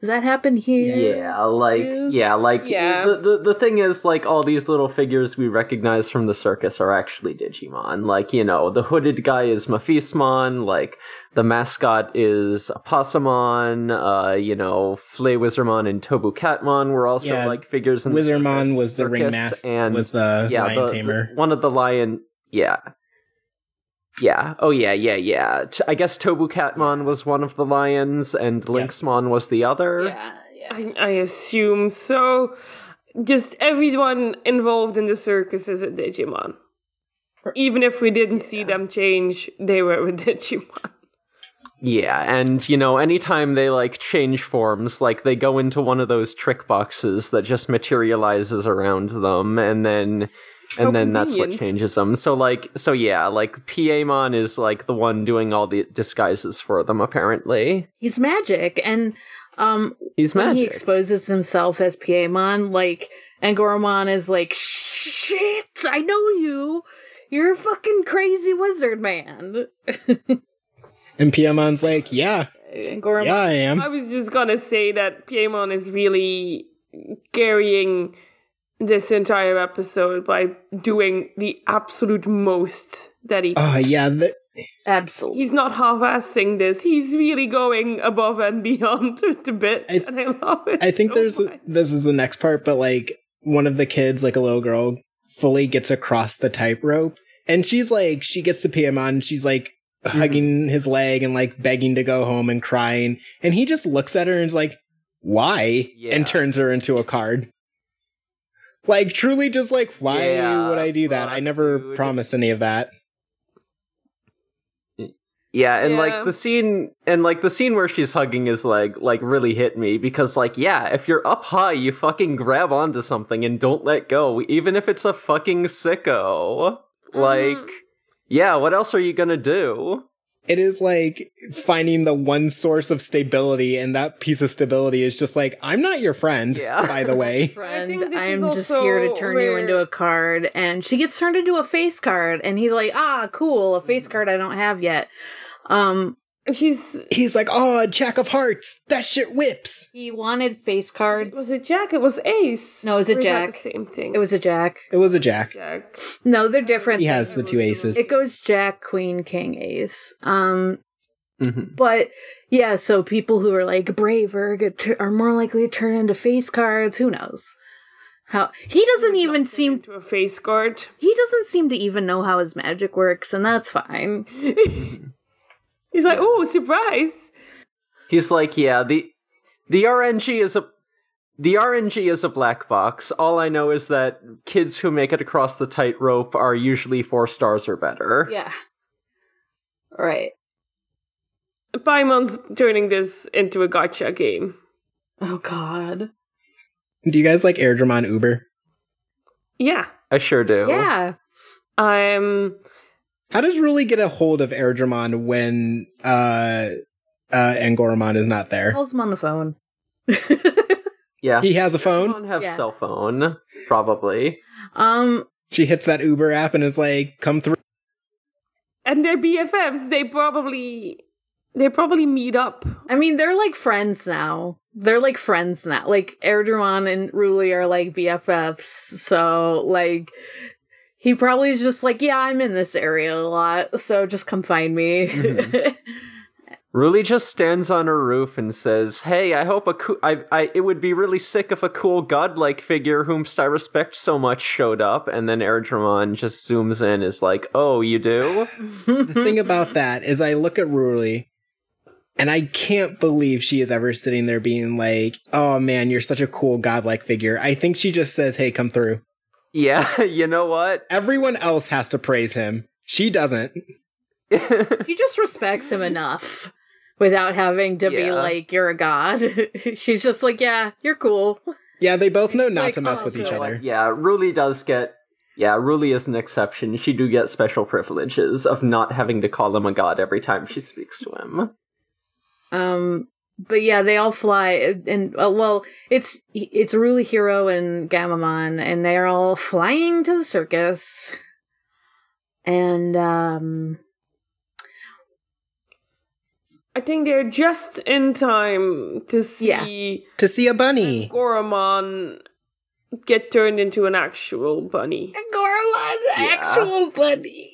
C: Does that happen here?
A: Yeah, like
C: Two.
A: yeah, like eh,
D: Yeah.
A: The, the the thing is like all these little figures we recognize from the circus are actually Digimon. Like, you know, the hooded guy is Mephismon, like the mascot is Opossumon, uh, you know, Flaywizzermon and Tobu Catmon were also
B: Yeah,
A: like figures in the
B: Wizardmon
A: circus-
B: was the
A: circus,
B: ringmaster.
A: and
B: was the
A: yeah,
B: lion
A: the- the-
B: tamer.
A: one of the lion yeah. Yeah. Oh, yeah. Yeah. Yeah. T- I guess Tobu Catmon was one of the lions, and Lynxmon was the other.
C: Yeah, yeah.
D: I, I assume so. Just everyone involved in the circus is a Digimon. Even if we didn't see them change, they were a Digimon.
A: Yeah, and you know, anytime they like change forms, like they go into one of those trick boxes that just materializes around them, and then and
D: How
A: then that's what
D: convenient.
A: changes them. So like, so yeah, like Paimon is like the one doing all the disguises for them. Apparently,
C: He's magic and um
A: he's
C: when he
A: magic.
C: exposes himself as Piemon, like Angoromon is like shit, I know you. You're a fucking crazy wizard man.
B: And Piemon's like, yeah,
C: Angoromon
B: yeah, I am.
D: I was just gonna say that Piemon is really carrying this entire episode by doing the absolute most that he.
B: Oh yeah, th-
C: absolutely
D: He's not half-assing this. He's really going above and beyond the bit,
B: I-
D: and I love it.
B: I think
D: so
A: Oh,
B: there's
D: much.
B: this is the next part, but like one of the kids, like a little girl, fully gets across the tightrope, and she's like, she gets to Piemon, and she's like
A: Mm-hmm.
B: hugging his leg and like begging to go home and crying, and he just looks at her and is like, why?
A: Yeah.
B: And turns her into a card. Like truly, just like why
A: Yeah,
B: would I do that? I
A: fuck,
B: never
A: dude.
B: promised any of that.
A: Yeah, and
D: Yeah.
A: like the scene and like the scene where she's hugging his leg like really hit me because like yeah, if you're up high, you fucking grab onto something and don't let go, even if it's a fucking sicko.
C: Mm-hmm.
A: Like
D: Mhm.
A: yeah, what else are you gonna do?
B: it is like finding the one source of stability and that piece of stability is just like i'm not your friend
A: Yeah.
B: by the way
D: I think
C: friend.
D: this is
C: I'm just
D: also
C: here to turn you
D: where-
C: into a card. And she gets turned into a face card. And he's like, ah, cool, a
D: Hmm.
C: face card I don't have yet. Um,
D: He's
B: he's like oh a jack of hearts that shit whips
C: he wanted face cards.
D: was it Jack? It was Ace.
C: No, it was a
D: Or is that
C: Jack.
D: the same thing.
C: It was a jack.
B: it was a jack
D: Jack.
C: No, they're different.
B: he has the two aces
C: It goes jack, queen, king, ace. Um,
A: Mhm.
C: but yeah, so people who are like braver get tu- are more likely to turn into face cards. Who knows? how he doesn't even
D: Knocked him
C: seem
D: into a face guard.
C: he doesn't seem to even know how his magic works, and that's fine.
D: He's like, oh, surprise!
A: He's like, yeah, the the RNG is a the RNG is a black box. All I know is that kids who make it across the tightrope are usually four stars or better.
C: Yeah. All right.
D: Paimon's turning this into a gotcha game.
C: Oh God.
B: Do you guys like Airdrum on Uber?
D: Yeah.
A: I sure do.
C: Yeah.
D: Um.
B: How does Ruli get a hold of Airdramon when uh uh Angoramon is not there?
C: Calls him on the phone.
A: yeah.
B: He has a phone.
A: Don't have
C: Yeah.
A: cell phone, probably.
C: um.
B: She hits that Uber app and is like, "Come through."
D: And their BFFs, they probably they probably meet up.
C: I mean, they're like friends now. They're like friends now. Like Erdogan and Ruli are like BFFs. So like, he probably is just like, yeah, I'm in this area a lot, so just come find me.
A: Mhm. Ruli just stands on her roof and says, "Hey, I hope a coo- I, I it would be really sick if a cool godlike figure whomst I respect so much showed up." And then Erdramon just zooms in, is like, "Oh, you do?
B: The thing about that is, I look at Ruli, and I can't believe she is ever sitting there being like, "Oh man, you're such a cool godlike figure." I think she just says, "Hey, come through."
A: yeah, you know what?
B: Everyone else has to praise him. She doesn't.
C: she just respects him enough without having to be
A: Yeah.
C: like you're a god she's just like yeah you're cool
B: Yeah, they both know
C: It's
B: not
C: like,
B: to mess
C: oh,
B: with each
C: cool.
B: other.
A: Yeah, Ruli does get. Yeah, Ruli is an exception. She do get special privileges of not having to call him a god every time she speaks to him.
C: um but yeah they all fly and uh, well it's it's really hero and gamamon and they're all flying to the circus and um
D: I think they're just in time to see
B: To see a bunny.
D: Goromon get turned into an actual bunny.
C: Goron,
A: Yeah.
C: actual buddy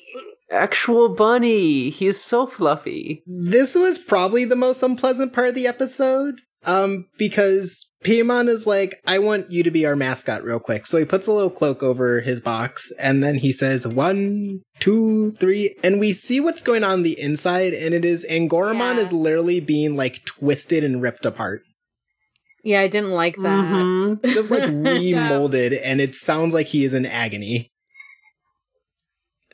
A: Actual bunny, he's so fluffy.
B: This was probably the most unpleasant part of the episode. Um, because Piemon is like, I want you to be our mascot real quick. So he puts a little cloak over his box and then he says one, two, three, and we see what's going on the inside, and it is Angoramon
C: Yeah.
B: is literally being like twisted and ripped apart.
C: yeah i didn't like that
D: Mhm.
B: Just like
C: Yeah.
B: remolded, and it sounds like he is in agony.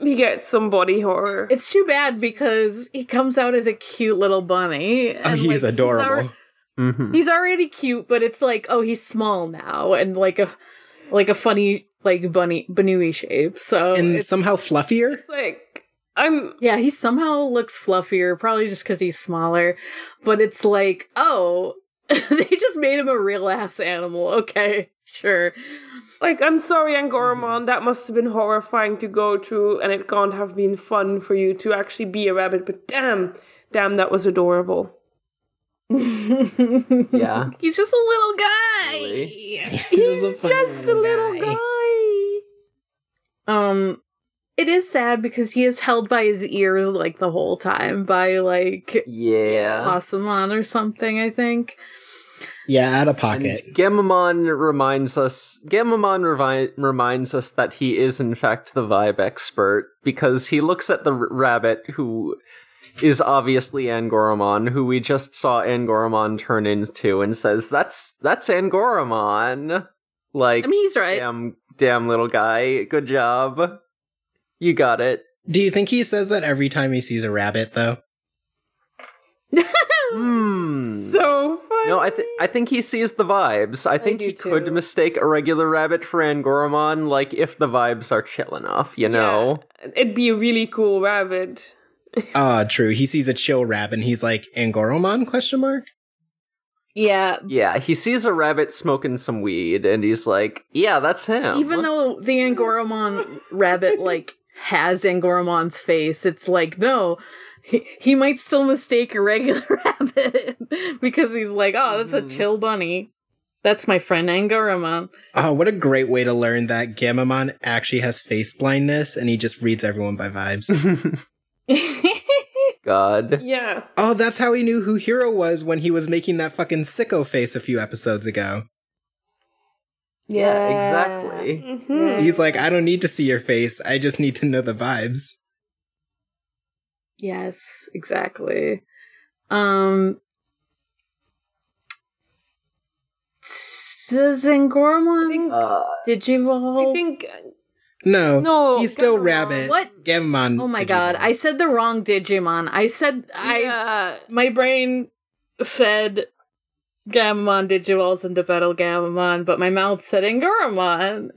D: We get some body horror.
C: It's too bad because he comes out as a cute little bunny.
B: Oh,
C: and,
B: he is
C: like, he's alre-
B: adorable.
A: Mm-hmm.
C: He's, already cute, but it's like, oh, he's small now and like a like a funny like bunny Banui shape. So
B: and
C: it's-
B: somehow fluffier.
D: it's like I'm
C: yeah, he somehow looks fluffier, probably just because he's smaller. But it's like, oh, they just made him a real ass animal. Okay, sure.
D: Like, I'm sorry,
A: Mm-hmm.
D: Angoramon, that must have been horrifying to go through, and it can't have been fun for you to actually be a rabbit, but damn, damn, that was adorable.
A: Yeah.
C: he's just a little guy.
A: Really?
D: He's just a little guy.
C: Um, it is sad because he is held by his ears like the whole time by like
A: Yeah.
C: Asamon or something. I think.
B: Yeah, out of
A: And
B: pocket.
A: Gamamon reminds us Gamamon revi- reminds us that he is in fact the vibe expert because he looks at the r- rabbit who is obviously Angoramon who we just saw Angoramon turn into and says that's that's Angoramon like
C: I mean, he's right.
A: damn damn little guy good job you got it
B: Do you think he says that every time he sees a rabbit, though?
A: Hmm.
D: So funny.
A: No, I think I think he sees the vibes. I think
C: do
A: he could
C: too.
A: mistake a regular rabbit for Angoramon, like if the vibes are chill enough, you know.
D: It'd be a really cool rabbit.
B: Ah, true. He sees a chill rabbit and he's like, Angoromon? Question mark.
C: Yeah.
A: Yeah, he sees a rabbit smoking some weed, and he's like, "Yeah, that's him."
C: Even though the Angoramon rabbit like has Angoramon's face, it's like no. He, he might still mistake a regular rabbit because he's like, oh, that's a
A: Mhm.
C: chill bunny. That's my friend Angoramon.
B: Oh, what a great way to learn that Gamamon actually has face blindness and he just reads everyone by vibes.
A: God,
D: Yeah.
B: oh, that's how he knew who Hero was when he was making that fucking sicko face a few episodes ago.
A: Yeah, exactly.
D: Mhm.
B: He's like, I don't need to see your face. I just need to know the vibes.
C: Yes, exactly. Um does
D: I
C: Ngormon
D: think,
A: Uh,
C: digivolve?
D: I think
B: No,
D: no.
B: he's still
D: Gamma.
B: rabbit.
C: What?
B: Gemmon.
C: Oh my god, I said the wrong Digimon. I said I
D: Yeah.
C: my brain said Gamamon Digivolves into Battle Gamamon, but my mouth said Ingoramon.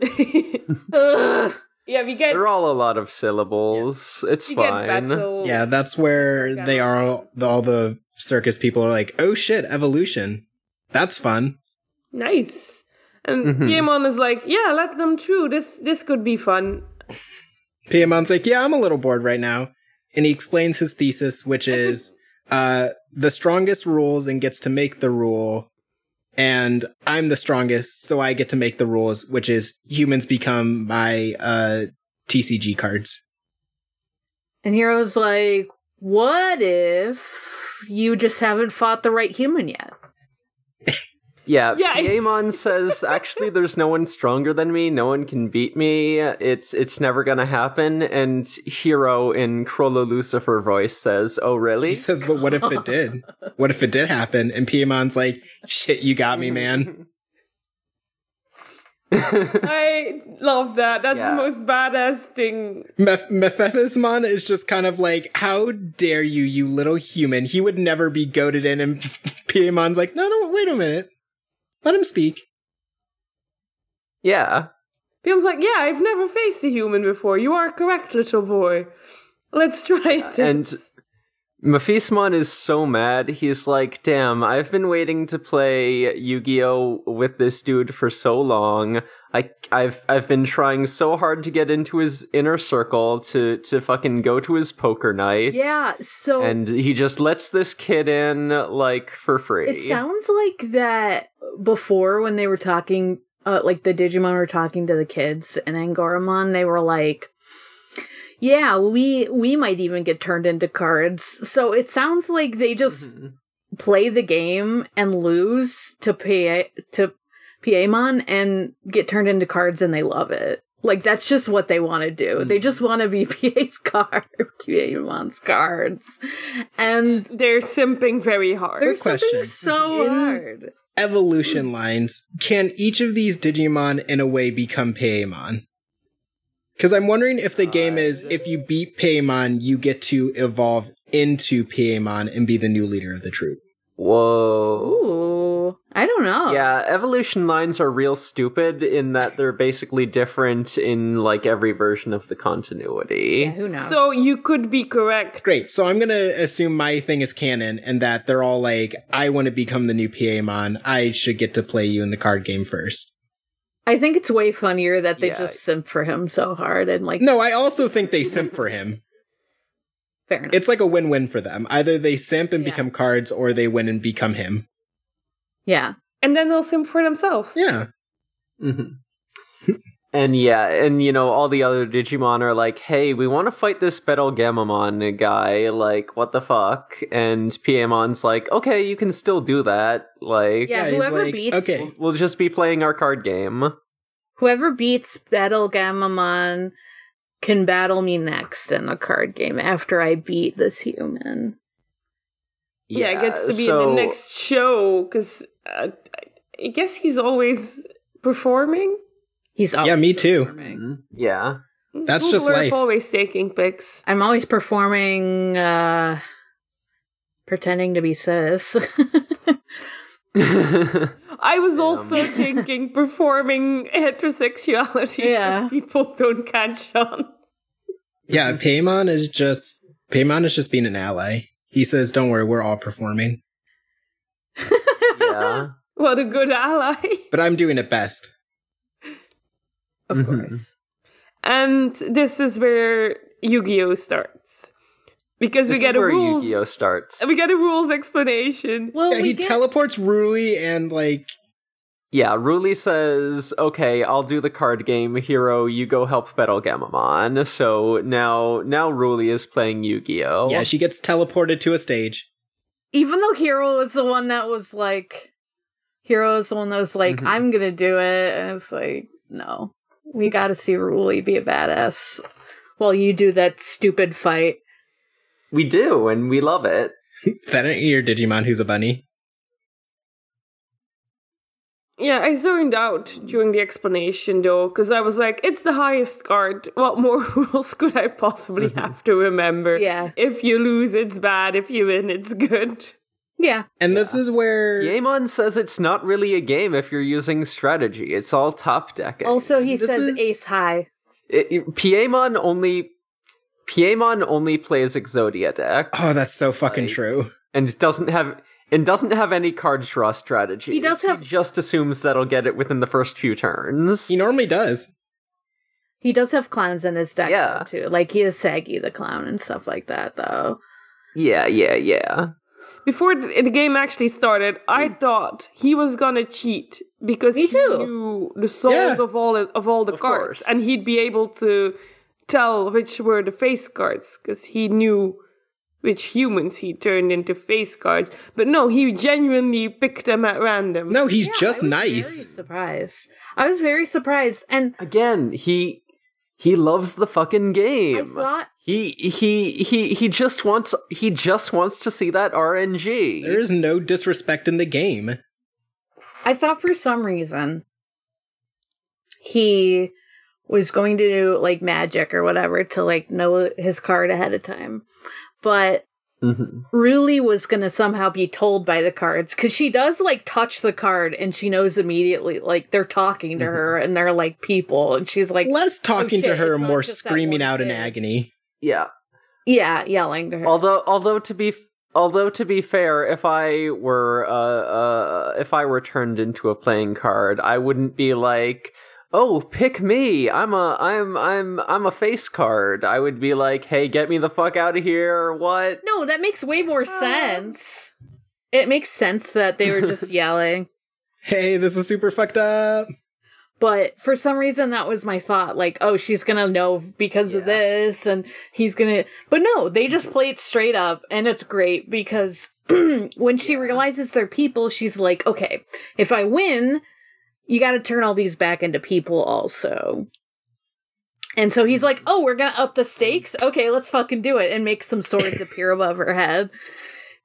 C: Ugh.
D: yeah, we get
A: they're all a lot of syllables. It's
D: we
A: fine.
D: get battle.
B: Yeah, that's where
D: Gamma.
B: they are. All, all the circus people are like, oh shit, evolution. That's fun.
D: Nice. And
A: Mhm.
D: Piemon is like, yeah, let them through. This this could be fun.
B: Piamon's like, yeah, I'm a little bored right now. And he explains his thesis, which is uh, the strongest rules and gets to make the rule. And I'm the strongest, so I get to make the rules, which is humans become my uh, TCG cards.
C: And Hero's like, what if you just haven't fought the right human yet?
A: Yeah,
D: Yeah, I-
A: Piemon says actually there's no one stronger than me, no one can beat me. It's it's never gonna happen. And Hero in Crollo Lucifer voice says, Oh really?
B: He says, but what if it did? What if it did happen? And Piemon's like, shit, you got me, man.
D: I love that. That's
A: Yeah.
D: the most badass thing.
B: Meph- Mephismon is just kind of like, how dare you, you little human? He would never be goaded in. And Piemon's like, no, no, wait a minute. Let him speak.
A: yeah.
D: Piemon's like, yeah, I've never faced a human before. You are correct, little boy. Let's try this.
A: and- Mephismon is so mad. He's like, damn, I've been waiting to play Yu-Gi-Oh with this dude for so long. I, I've, I've been trying so hard to get into his inner circle to, to fucking go to his poker night.
C: Yeah, so
A: And he just lets this kid in, like, for free.
C: it sounds like that before when they were talking, uh, like the Digimon were talking to the kids and Angoramon, they were like, yeah, we we might even get turned into cards. So it sounds like they just
A: Mhm.
B: Mm-hmm.
C: play the game and lose to PA to Piemon and get turned into cards and they love it. Like that's just what they want to do. They just
B: Mm-hmm.
C: want to be PA's card, Piemon's cards, and
D: They're simping very hard.
C: there's
B: question.
C: something so
B: In-
C: hard.
B: Evolution lines. Can each of these Digimon in a way become Piemon? Because I'm wondering if the game is if you beat Piemon, you get to evolve into Piemon and be the new leader of the troop.
A: Whoa.
C: Ooh, I don't know.
A: Yeah, evolution lines are real stupid in that they're basically different in, like, every version of the continuity.
C: Yeah, who knows?
D: So you could be correct.
B: Great. So I'm going to assume my thing is canon and that they're all like, I want to become the new Piemon. I should get to play you in the card game first.
C: I think it's way funnier that they
A: Yeah.
C: just simp for him so hard and like
B: No, I also think they simp for him.
C: fair enough.
B: It's like a win win for them. Either they simp and
C: Yeah.
B: become cards or they win and become him.
C: yeah,
D: And then they'll simp for themselves.
B: Yeah.
A: Mhm. and yeah, and you know, all the other Digimon are like, hey, we want to fight this Betelgemamon guy. Like, what the fuck? And Piemon's like, okay, you can still do that. Like,
C: yeah.
B: Yeah, he's
C: whoever
B: like,
C: beats
B: okay.
A: we'll just be playing our card game.
C: Whoever beats Battle Gamamon can battle me next in the card game after I beat this human.
D: Yeah, it gets to be in
A: so-
D: the next show because uh, I guess he's always performing.
C: He's always
B: Yeah, me too.
C: performing.
A: Mhm, Yeah.
B: That's just
D: Google Earth
B: life.
D: Always taking pics.
C: I'm always performing uh pretending to be cis.
D: I was also thinking performing heterosexuality.
C: Yeah.
D: so people don't catch on.
B: Yeah, Paimon is just Paimon is just being an ally. He says, Don't worry, we're all performing.
A: yeah.
D: What a good ally!
B: But I'm doing it best.
C: of
B: Mm-hmm.
A: Mhm.
C: course.
D: And this is where Yu-Gi-Oh starts because
A: This
D: we get
A: is
D: a
A: where
D: rules.
A: Yu-Gi-Oh starts.
D: We get a rules explanation.
C: Well,
B: yeah,
C: we
B: he
C: get-
B: teleports Ruli and like
A: Yeah, Ruli says, "Okay, I'll do the card game, Hero. You go help Betelgemamon." So now, now Ruli is playing Yu-Gi-Oh.
B: Yeah, she gets teleported to a stage.
C: even though Hero was the one that was like Hero is the one that was like,
B: Mm-hmm.
A: Mhm.
C: I'm gonna do it, and it's like, no, we gotta see Ruli be a badass. While you do that stupid fight.
A: We do, and we love it.
B: That ain't your Digimon who's a bunny.
D: Yeah, I zoned out during the explanation though, because I was like, it's the highest card. What more rules could I possibly
A: Mm-hmm.
D: have to remember?
C: Yeah.
D: If you lose, it's bad. If you win, it's good.
C: Yeah.
B: And this is where
A: Yaemon says it's not really a game if you're using strategy. It's all top decking.
C: Also, he
B: This
C: says
B: is-
C: ace high.
A: It- it- Piemon only Piemon only plays Exodia deck
B: Oh, that's so fucking
A: Like-
B: true.
A: and doesn't have and doesn't have any card draw strategy.
C: He does have-
A: just assumes that'll get it within the first few turns.
B: He normally does.
C: He does have clowns in his deck
A: Yeah.
C: though, too. Like he has Saggy the clown and stuff like that though.
A: yeah, yeah, yeah.
D: Before th- the game actually started, I thought he was gonna cheat because
C: Me
D: he
C: too.
D: knew the souls
B: Yeah.
D: of all of all the
A: Of
D: cards,
A: course.
D: and he'd be able to tell which were the face cards because he knew which humans he turned into face cards. But no, he genuinely picked them at random.
B: No, he's
C: Yeah,
B: just
C: I was
B: nice.
C: Very surprised. I was very surprised, and
A: Again, he he loves the fucking
C: I
A: game.
C: thought
A: he he he he just wants he just wants to see that RNG.
B: There is no disrespect in the game.
C: I thought for some reason he was going to do like magic or whatever to like know his card ahead of time, but
A: Mhm.
C: Ruli was going to somehow be told by the cards because she does like touch the card and she knows immediately like they're talking to her and they're like people and she's like
B: Less talking
C: shit,
B: to her,
C: it's not
B: more
C: just that
B: screaming
C: one
B: out in
C: thing.
B: agony.
A: Yeah.
C: yeah yelling to her.
A: Although, although to be, f- although to be fair, if I were, uh, uh, if I were turned into a playing card, I wouldn't be like, "Oh, pick me! I'm a, I'm, I'm, I'm a face card." I would be like, "Hey, get me the fuck out of here!" What?
C: No, that makes way more sense. It makes sense that they were just yelling.
B: Hey, this is super fucked up.
C: But for some reason, that was my thought. Like, oh, she's gonna know because of
A: Yeah.
C: this, and he's gonna. But no, they just play it straight up, and it's great because when she realizes they're people, she's like, okay, if I win, you gotta turn all these back into people also. And so he's like, oh, we're gonna up the stakes? Okay, let's fucking do it, and make some swords appear above her head.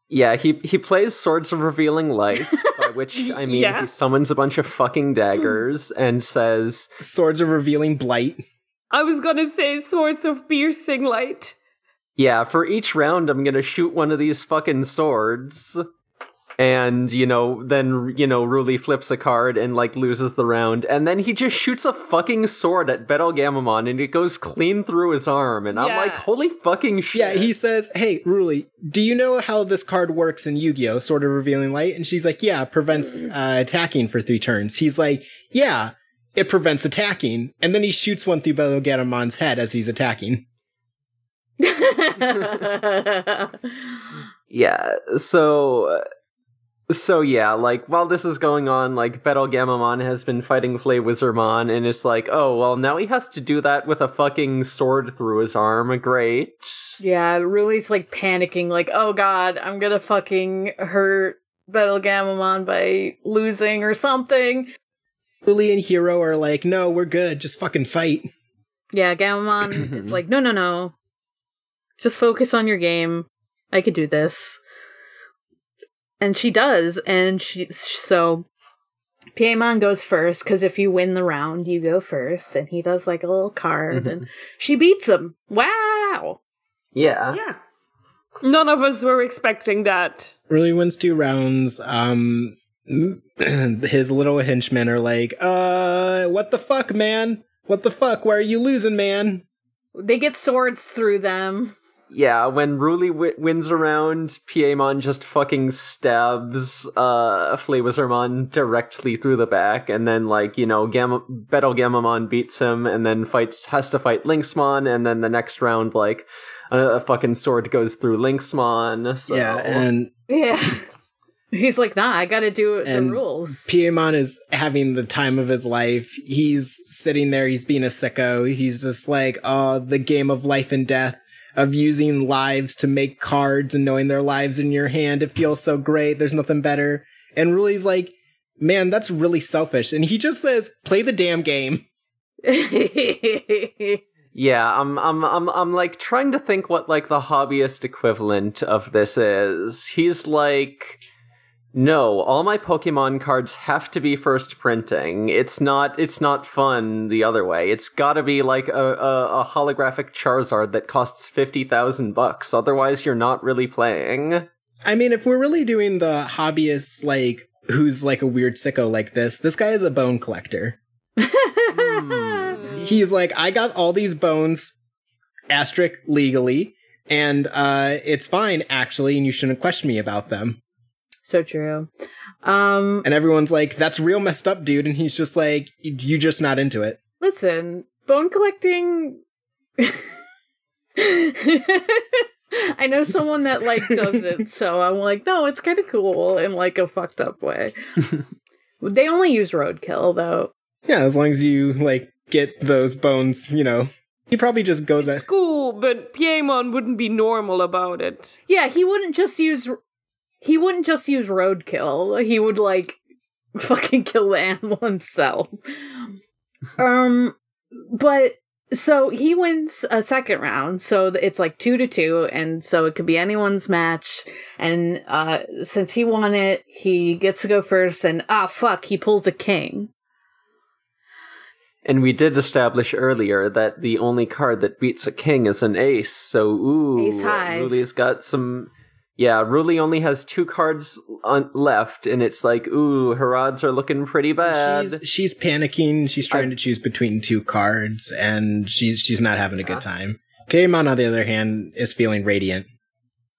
A: Yeah, he he plays Swords of Revealing Light, by which I mean
D: Yeah.
A: he summons a bunch of fucking daggers and says,
B: Swords are revealing blight.
D: I was gonna say swords of piercing light.
A: Yeah, for each round, I'm gonna shoot one of these fucking swords. And, you know, then, you know, Ruli flips a card and, like, loses the round. And then he just shoots a fucking sword at Betelgamamon and it goes clean through his arm. And I'm
D: Yeah.
A: like, holy fucking shit.
B: Yeah, he says, Hey, Ruli, do you know how this card works in Yu Gi Oh! Sort of revealing light? And she's like, Yeah, it prevents
C: Mm.
B: uh, attacking for three turns. He's like, Yeah, it prevents attacking. And then he shoots one through Belogatamon's head as he's attacking.
A: Yeah, so. So yeah, like while this is going on, like Betelgamamon has been fighting Flaywizermon, and it's like, oh well, now he has to do that with a fucking sword through his arm. Great.
C: Yeah, Ruli's like panicking, like, oh god, I'm gonna fucking hurt Betelgamamon by losing or something.
B: Ruli and Hero are like, No, we're good. Just fucking fight.
C: Yeah, Gamamon is like, no, no, no. Just focus on your game. I could do this. And she does, and she so Piemon goes first because if you win the round, you go first, and he does like a little card, and she beats him. Wow!
A: Yeah.
C: Yeah,
D: None of us were expecting that.
B: Ruli wins two rounds. Um, his little henchmen are like, Uh, what the fuck, man? What the fuck? Why are you losing, man?
C: they get swords through them.
A: Yeah, when Ruli w- wins around, Piemon just fucking stabs uh Flavizermon directly through the back, and then like you know, Gam- Betelgamamon beats him, and then fights has to fight Lynxmon, and then the next round like a, a fucking sword goes through Lynxmon. So.
B: Yeah, and
C: Yeah. He's like, nah, I gotta do
B: And
C: the rules.
B: Piemon is having the time of his life. He's sitting there, he's being a sicko. He's just like, oh, the game of life and death, of using lives to make cards and knowing their lives in your hand. It feels so great. There's nothing better. And Ruli's like, man, that's really selfish. And he just says, play the damn game.
A: Yeah, I'm I'm I'm I'm like trying to think what like the hobbyist equivalent of this is. He's like no, all my Pokemon cards have to be first printing. It's not it's not fun the other way. It's got to be like a, a a holographic Charizard that costs 50,000 bucks. Otherwise, you're not really playing.
B: I mean, if we're really doing the hobbyists, like, who's like a weird sicko like this, this guy is a bone collector. He's like, I got all these bones, asterisk legally, and uh, it's fine, actually, and you shouldn't question me about them.
C: so true. Um,
B: And everyone's like, that's real messed up, dude. And he's just like, you just not into it.
C: listen, bone collecting. I know someone that like does it, so I'm like, no, it's kind of cool in like a fucked up way. they only use roadkill though.
B: Yeah, as long as you, like, get those bones, you know. He probably just goes at.
D: Cool, but Piemon wouldn't be normal about it.
C: Yeah, he wouldn't just use he wouldn't just use roadkill. He would like fucking kill the animal himself. um but so he wins a second round, so th- it's like 2 to 2 and so it could be anyone's match and uh since he won it, he gets to go first and ah fuck, he pulls a king.
A: And we did establish earlier that the only card that beats a king is an ace. So ooh,
C: Ace high.
A: Ruli's got some. Yeah, Ruli only has two cards on, left, and it's like ooh, her odds are looking pretty bad.
B: She's, she's panicking. She's trying to choose between two cards, and she's she's not having a good
C: Uh-huh.
B: time. Paimon, on the other hand, is feeling radiant.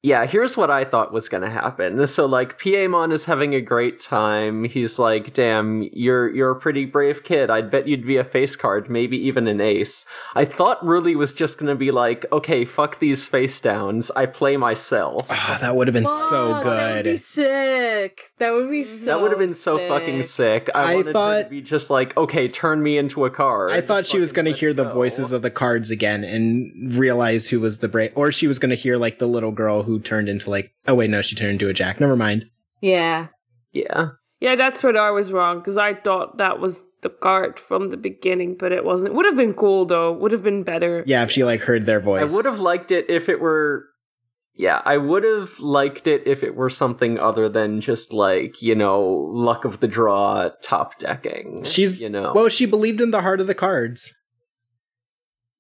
A: yeah, here's what I thought was going to happen. So like Piemon is having a great time. He's like, "Damn, you're you're a pretty brave kid. I'd bet you'd be a face card, maybe even an ace." I thought Ruli was just going to be like, "Okay, fuck these face downs. I play myself."
B: Ah, that would have been so
C: Fuck, Oh, That would be
B: good.
C: sick. That would be so
A: That would have been so fucking sick. I,
B: I
A: wanted her to
B: thought-
A: be just like, okay, turn me into a card.
B: I thought she was going to hear the voices of the cards again and realize who was the brave, or she was going to hear like the little girl who turned into like. Oh wait, no, she turned into a jack. Never mind.
C: Yeah.
A: yeah,
D: Yeah, that's what I was wrong because I thought that was the card from the beginning, but it wasn't. Would have been cool though. Would have been better.
B: Yeah, if she like heard their voice.
A: I would have liked it if it were. Yeah, I would have liked it if it were something other than just like you know luck of the draw, top decking.
B: She's
A: you know,
B: Well, she believed in the heart of the cards.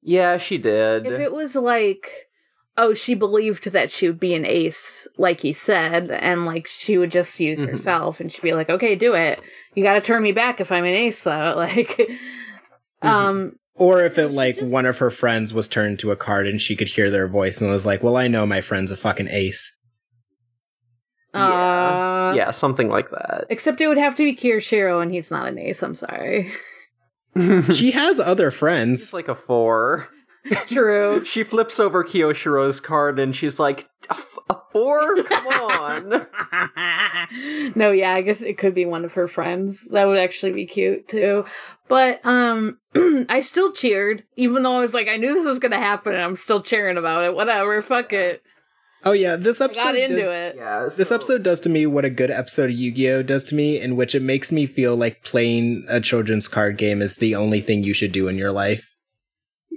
A: yeah, she did.
C: If it was like, oh, she believed that she would be an ace, like he said, and like she would just use
A: Mhm.
C: herself and she'd be like, okay, do it. You got to turn me back if I'm an ace, though. Like,
A: Mm-hmm.
C: um,
B: Or if it like
C: just-
B: one of her friends was turned to a card and she could hear their voice and was like, "Well, I know my friend's a fucking ace."
A: Yeah.
C: uh,
A: yeah, something like that.
C: Except it would have to be Kirishiro and he's not an ace. I'm sorry.
B: she has other friends.
A: It's like a four.
C: True.
A: She flips over Kyoshiro's card and she's like, a, f- a four? Come on.
C: no, yeah, I guess it could be one of her friends. That would actually be cute too. But um I still cheered, even though I was like, I knew this was gonna happen and I'm still cheering about it. Whatever, fuck it.
B: Oh yeah, this
C: I
B: episode
C: got into
B: does,
C: it.
A: yeah,
B: This
A: so-
B: episode does to me what a good episode of Yu-Gi-Oh does to me, in which it makes me feel like playing a children's card game is the only thing you should do in your life.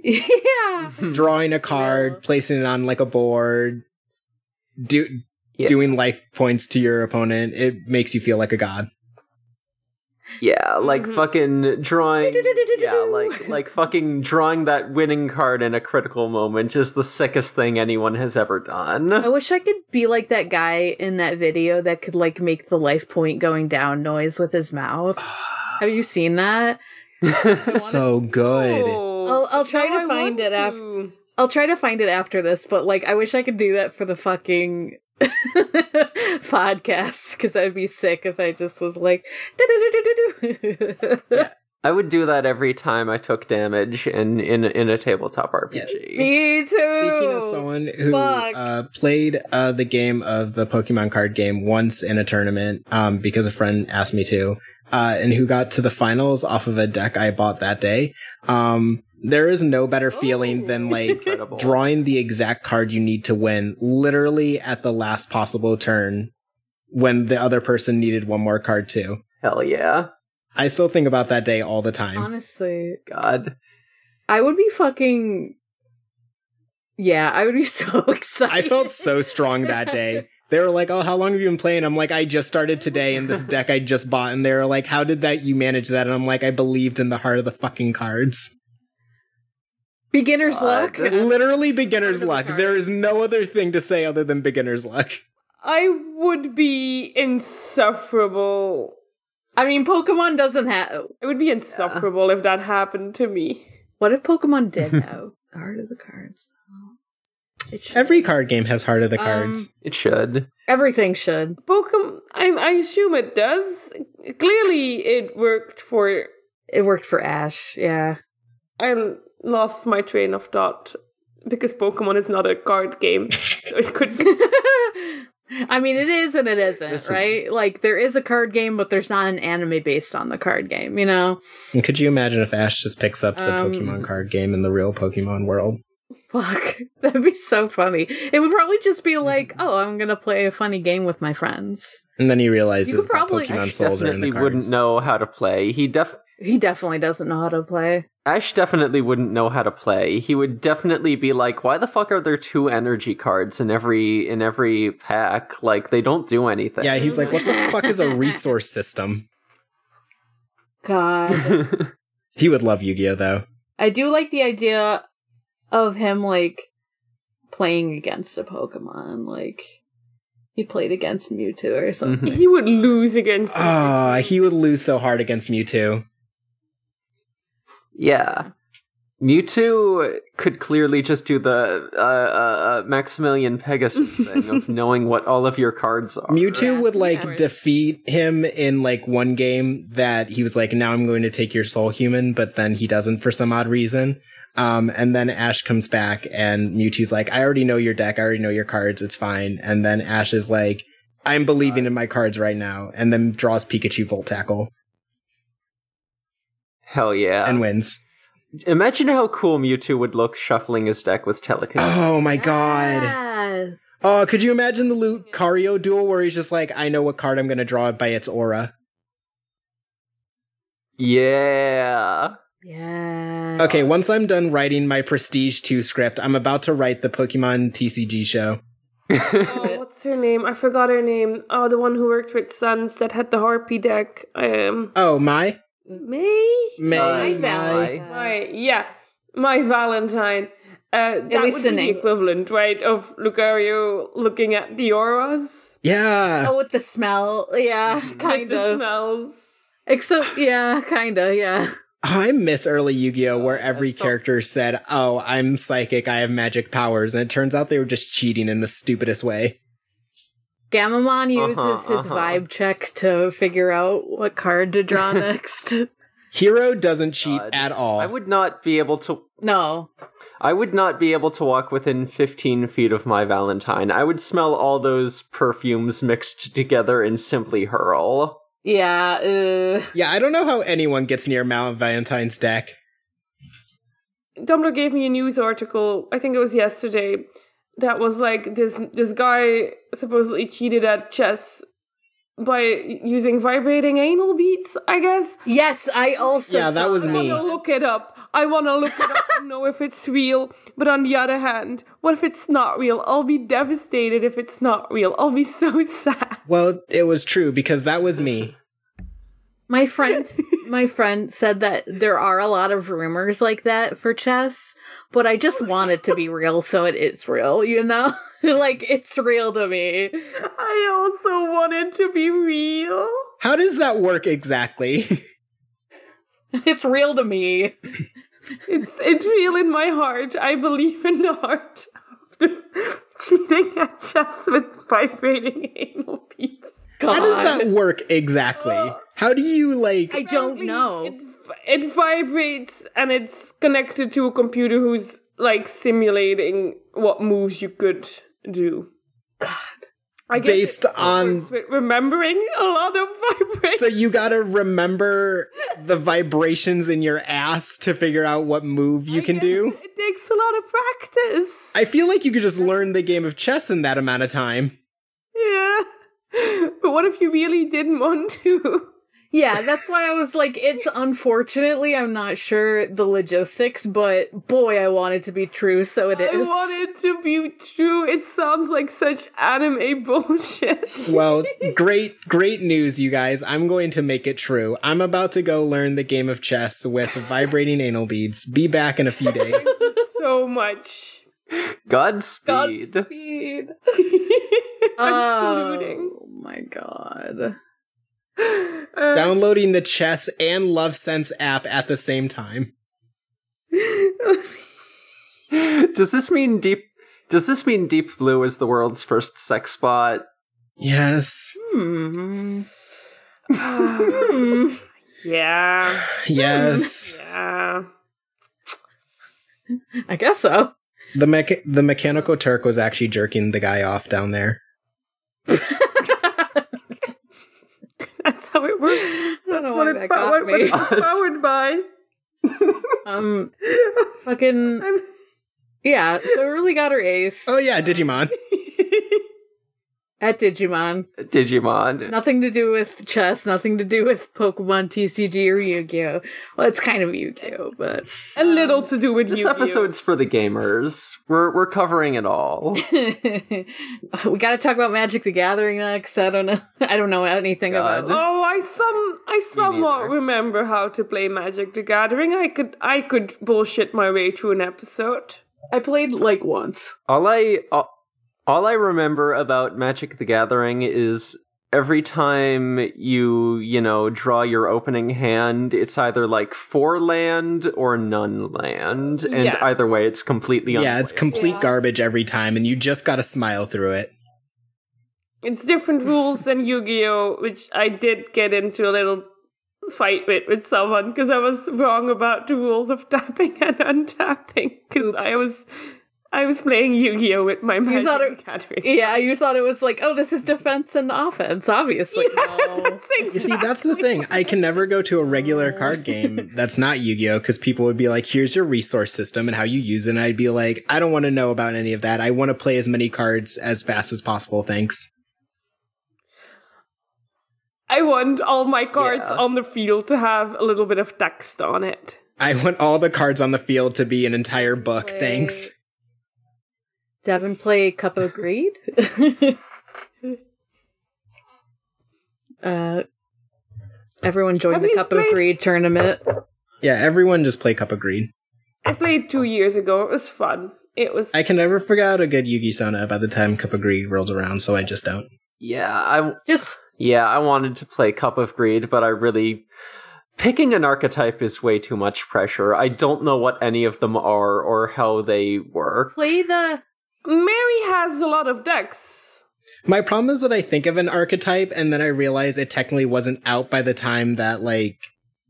C: yeah.
B: Drawing a card,
C: Mm-hmm. Yeah.
B: placing it on like a board, do,
A: Yeah.
B: doing life points to your opponent, it makes you feel like a god.
A: Yeah, like
C: Mm-hmm.
D: Mhm.
A: fucking drawing.
C: Do-do-do-do-do-do.
A: yeah, like like fucking drawing that winning card in a critical moment is the sickest thing anyone has ever
C: I
A: done.
C: wish I could be like that guy in that video that could like make the life point going down noise with his mouth. Have you seen that?
B: So good.
D: Oh,
C: I'll- I'll try
D: now
C: to
D: I
C: find
D: want
C: it af-
D: to.
C: I'll try to find it after this, but like I wish I could do that for the fucking podcast because I'd be sick if I just was like. "Do-do-do-do-do-do."
A: I would do that every time I took damage in in in a tabletop RPG.
C: Me too.
B: Speaking of someone who
C: fuck.
B: uh, played uh, the game of the Pokemon card game once in a tournament um, because a friend asked me to, uh, and who got to the finals off of a deck I bought that day. Um, there is no better feeling than like
A: Incredible.
B: drawing the exact card you need to win, literally at the last possible turn when the other person needed one more card too.
A: Hell yeah.
B: I still think about that day all the time.
C: Honestly,
A: God.
C: I would be fucking. Yeah, I would be so excited.
B: I felt so strong that day. They were like, "Oh, how long have you been playing?" I'm like, "I just started today, and this deck I just bought." And they were like, "How did that you manage that?" And I'm like, "I believed in the heart of the fucking cards."
C: beginner's
A: God.
C: luck.
B: Literally beginner's
C: Heart of the
B: luck.
C: cards.
B: There is no other thing to say other than beginner's luck.
D: I would be insufferable.
C: I mean, Pokemon doesn't have.
D: It would be insufferable if that happened to me.
C: What if Pokemon did have the heart of the cards? It should.
B: Every card game has heart of the cards.
C: Um,
A: It should.
C: everything should.
D: Pokemon, I, I assume it does. Clearly, it worked for.
C: It worked for Ash. Yeah.
D: I l- lost my train of thought because Pokemon is not a card game. so it could.
C: I mean, it is and it isn't,
A: Listen.
C: right? Like there is a card game, but there's not an anime based on the card game. You know,
B: And could you imagine if Ash just picks up the
C: Um,
B: Pokemon card game in the real Pokemon world?
C: fuck, that'd be so funny. It would probably just be like, oh, I'm gonna play a funny game with my friends.
B: And then he realizes
C: You could
B: that
C: probably-
B: Pokemon
C: Ash
B: souls are in the
A: definitely
B: cards.
A: wouldn't know how to play. He def
C: He definitely doesn't know how to play.
A: Ash definitely wouldn't know how to play. He would definitely be like, "Why the fuck are there two energy cards in every in every pack? Like they don't do anything."
B: Yeah, he's like, what the fuck is a resource system?
C: God.
B: He would love Yu-Gi-Oh though.
C: I do like the idea of him like playing against a Pokemon, like he played against Mewtwo or something.
D: he would lose against. me.
B: Ah, he would lose so hard against Mewtwo.
A: Yeah. Mewtwo could clearly just do the uh, uh, uh, Maximilian Pegasus thing of knowing what all of your cards are.
B: Mewtwo
C: Yeah.
B: would like
C: Yeah.
B: defeat him in like one game that he was like, now I'm going to take your soul human, but then he doesn't for some odd reason. Um, and then Ash comes back and Mewtwo's like, I already know your deck. I already know your cards. It's fine. And then Ash is like, I'm believing in my cards right now. And then draws Pikachu Volt Tackle
A: Hell yeah.
B: and wins.
A: Imagine how cool Mewtwo would look shuffling his deck with telekinesis.
B: Oh my
C: Ah.
B: God.
C: Yeah.
B: Oh, could you imagine the Lucario duel where he's just like, I know what card I'm going to draw by its aura.
A: Yeah.
C: Yeah.
B: Okay, once I'm done writing my Prestige 2 script, I'm about to write the Pokemon TCG show.
D: Oh, what's her name? I forgot her name. Oh, the one who worked with Suns that had the Harpy deck. Um,
B: Oh, my?
D: May?
B: May.
A: Mai,
B: my.
A: Mai.
D: My yeah, my Valentine. Uh,
C: least
D: that would
C: the
D: be the
C: name.
D: equivalent, right, of Lucario looking at the auras,
B: Yeah.
C: Oh, with the smell. Yeah,
D: like
C: kind
D: the
C: of.
D: smells.
C: Except, yeah, kind of, yeah.
B: I miss early Yu Gi Oh! where every
A: that's so-
B: character said, Oh, I'm psychic, I have magic powers. And it turns out they were just cheating in the stupidest way.
C: Gamamon uses
A: Uh-huh,
C: his
A: uh-huh.
C: vibe check to figure out what card to draw next.
B: Hero doesn't cheat
A: God.
B: at all.
A: I would not be able to
C: no,
A: I would not be able to walk within 15 feet of my Valentine. I would smell all those perfumes mixed together and simply hurl.
C: yeah, uh,
B: yeah, I don't know how anyone gets near Mount Valentine's deck.
D: Tumblr gave me a news article. I think it was yesterday. That was like this this guy supposedly cheated at chess by using vibrating anal beats. I guess.
C: yes, I also
B: Yeah, that
C: saw
B: was
D: I
B: me.
D: want to look it up. I want to look it up and know if it's real. But on the other hand, what if it's not real? I'll be devastated if it's not real. I'll be so sad.
B: Well, it was true because that was me.
C: My friend, my friend said that there are a lot of rumors like that for chess, but I just want it to be real, so it is real. You know, like it's real to me.
D: I also want it to be real.
B: How does that work exactly?
C: It's real to me.
D: It's it's real in my heart. I believe in the heart of the cheating at chess with vibrating anal beats.
C: God,
B: How does that work
A: Uh,
B: exactly? How do you like
C: I don't know.
D: It, it vibrates and it's connected to a computer who's like simulating what moves you could do. God. I guess
B: Based
D: it
B: on-
D: works with remembering a lot of vibrations.
B: So you gotta remember the vibrations in your ass to figure out what move you can do.
D: It takes a lot of practice.
B: I feel like you could just learn the game of chess in that amount of time.
D: yeah. But what if you really didn't want to?
C: Yeah, that's why I was like, it's unfortunately, I'm not sure the logistics, but boy, I want it to be true, so it
D: I
C: is.
D: want it to be true. It sounds like such anime bullshit.
B: Well, great, great news, you guys. I'm going to make it true. I'm about to go learn the game of chess with vibrating anal beads. Be back in a few days.
D: so much.
A: Godspeed.
D: Godspeed. I'm saluting.
C: Oh my god.
D: Uh,
B: Downloading the chess and Love Sense app at the same time.
A: Does this mean deep? Does this mean Deep Blue is the world's first sex spot?
B: Yes.
C: Hmm. Hmm.
D: yeah.
B: Yes.
D: Yeah.
C: I guess so.
B: The mecha- the mechanical Turk was actually jerking the guy off down there.
D: That's how it works.
C: I don't know why
D: That's what
C: that
D: it's pow-
C: got
D: what- what
C: me.
D: it's powered by.
C: Um, fucking yeah. So really got her ace
B: Oh yeah, Digimon.
C: at Digimon.
A: Digimon.
C: Nothing to do with chess. Nothing to do with Pokemon TCG or Yu-Gi-Oh. Well, it's kind of Yu-Gi-Oh, but
D: A little to do with
A: This
D: Yu-Gi-Oh.
A: episode's for the gamers. We're we're covering it all.
C: we got to talk about Magic: The Gathering next. I don't know. I don't know anything
A: God.
C: about.
D: Oh, I some I somewhat
A: neither.
D: remember how to play Magic: The Gathering. I could I could bullshit my way through an episode.
C: I played like once.
A: All I all, all I remember about Magic the Gathering is every time you, you know, draw your opening hand, it's either like four land or none land. And
D: Yeah.
A: either way it's completely
B: Yeah, it's
A: unplayable.
B: complete garbage every time, and you just gotta smile through it.
D: It's different rules than Yu-Gi-Oh, which I did get into a little fight with with someone because I was wrong about the rules of tapping and untapping because
C: Oops.
D: I was I was playing Yu-Gi-Oh with my Magic
C: thought
D: the
C: it-
D: Gathering.
C: Yeah, you thought it was like, oh, this is defense and offense. Obviously, no.
D: That's exactly.
B: You see, that's the thing. I can never go to a regular card game that's not Yu Gi Oh! because people would be like, here's your resource system and how you use it. And I'd be like, I don't want to know about any of that. I want to play as many cards as fast as possible. Thanks.
D: I want all my cards
A: Yeah.
D: on the field to have a little bit of text on it.
B: I want all the cards on the field to be an entire book. Thanks.
C: Devin play Cup of Greed. uh, everyone join
D: Have
C: the
D: you
C: Cup of
D: played-
C: Greed tournament.
B: Yeah, everyone just play Cup of Greed.
D: I played two years ago. It was fun. It was
B: I can never figure out a good Yugi Sona by the time Cup of Greed rolls around, so I just don't.
A: Yeah, I
C: Just
A: yeah, I wanted to play Cup of Greed, but I really picking an archetype is way too much pressure. I don't know what any of them are or how they work.
C: play the.
D: Mary has a lot of decks.
B: My problem is that I think of an archetype and then I realize it technically wasn't out by the time that like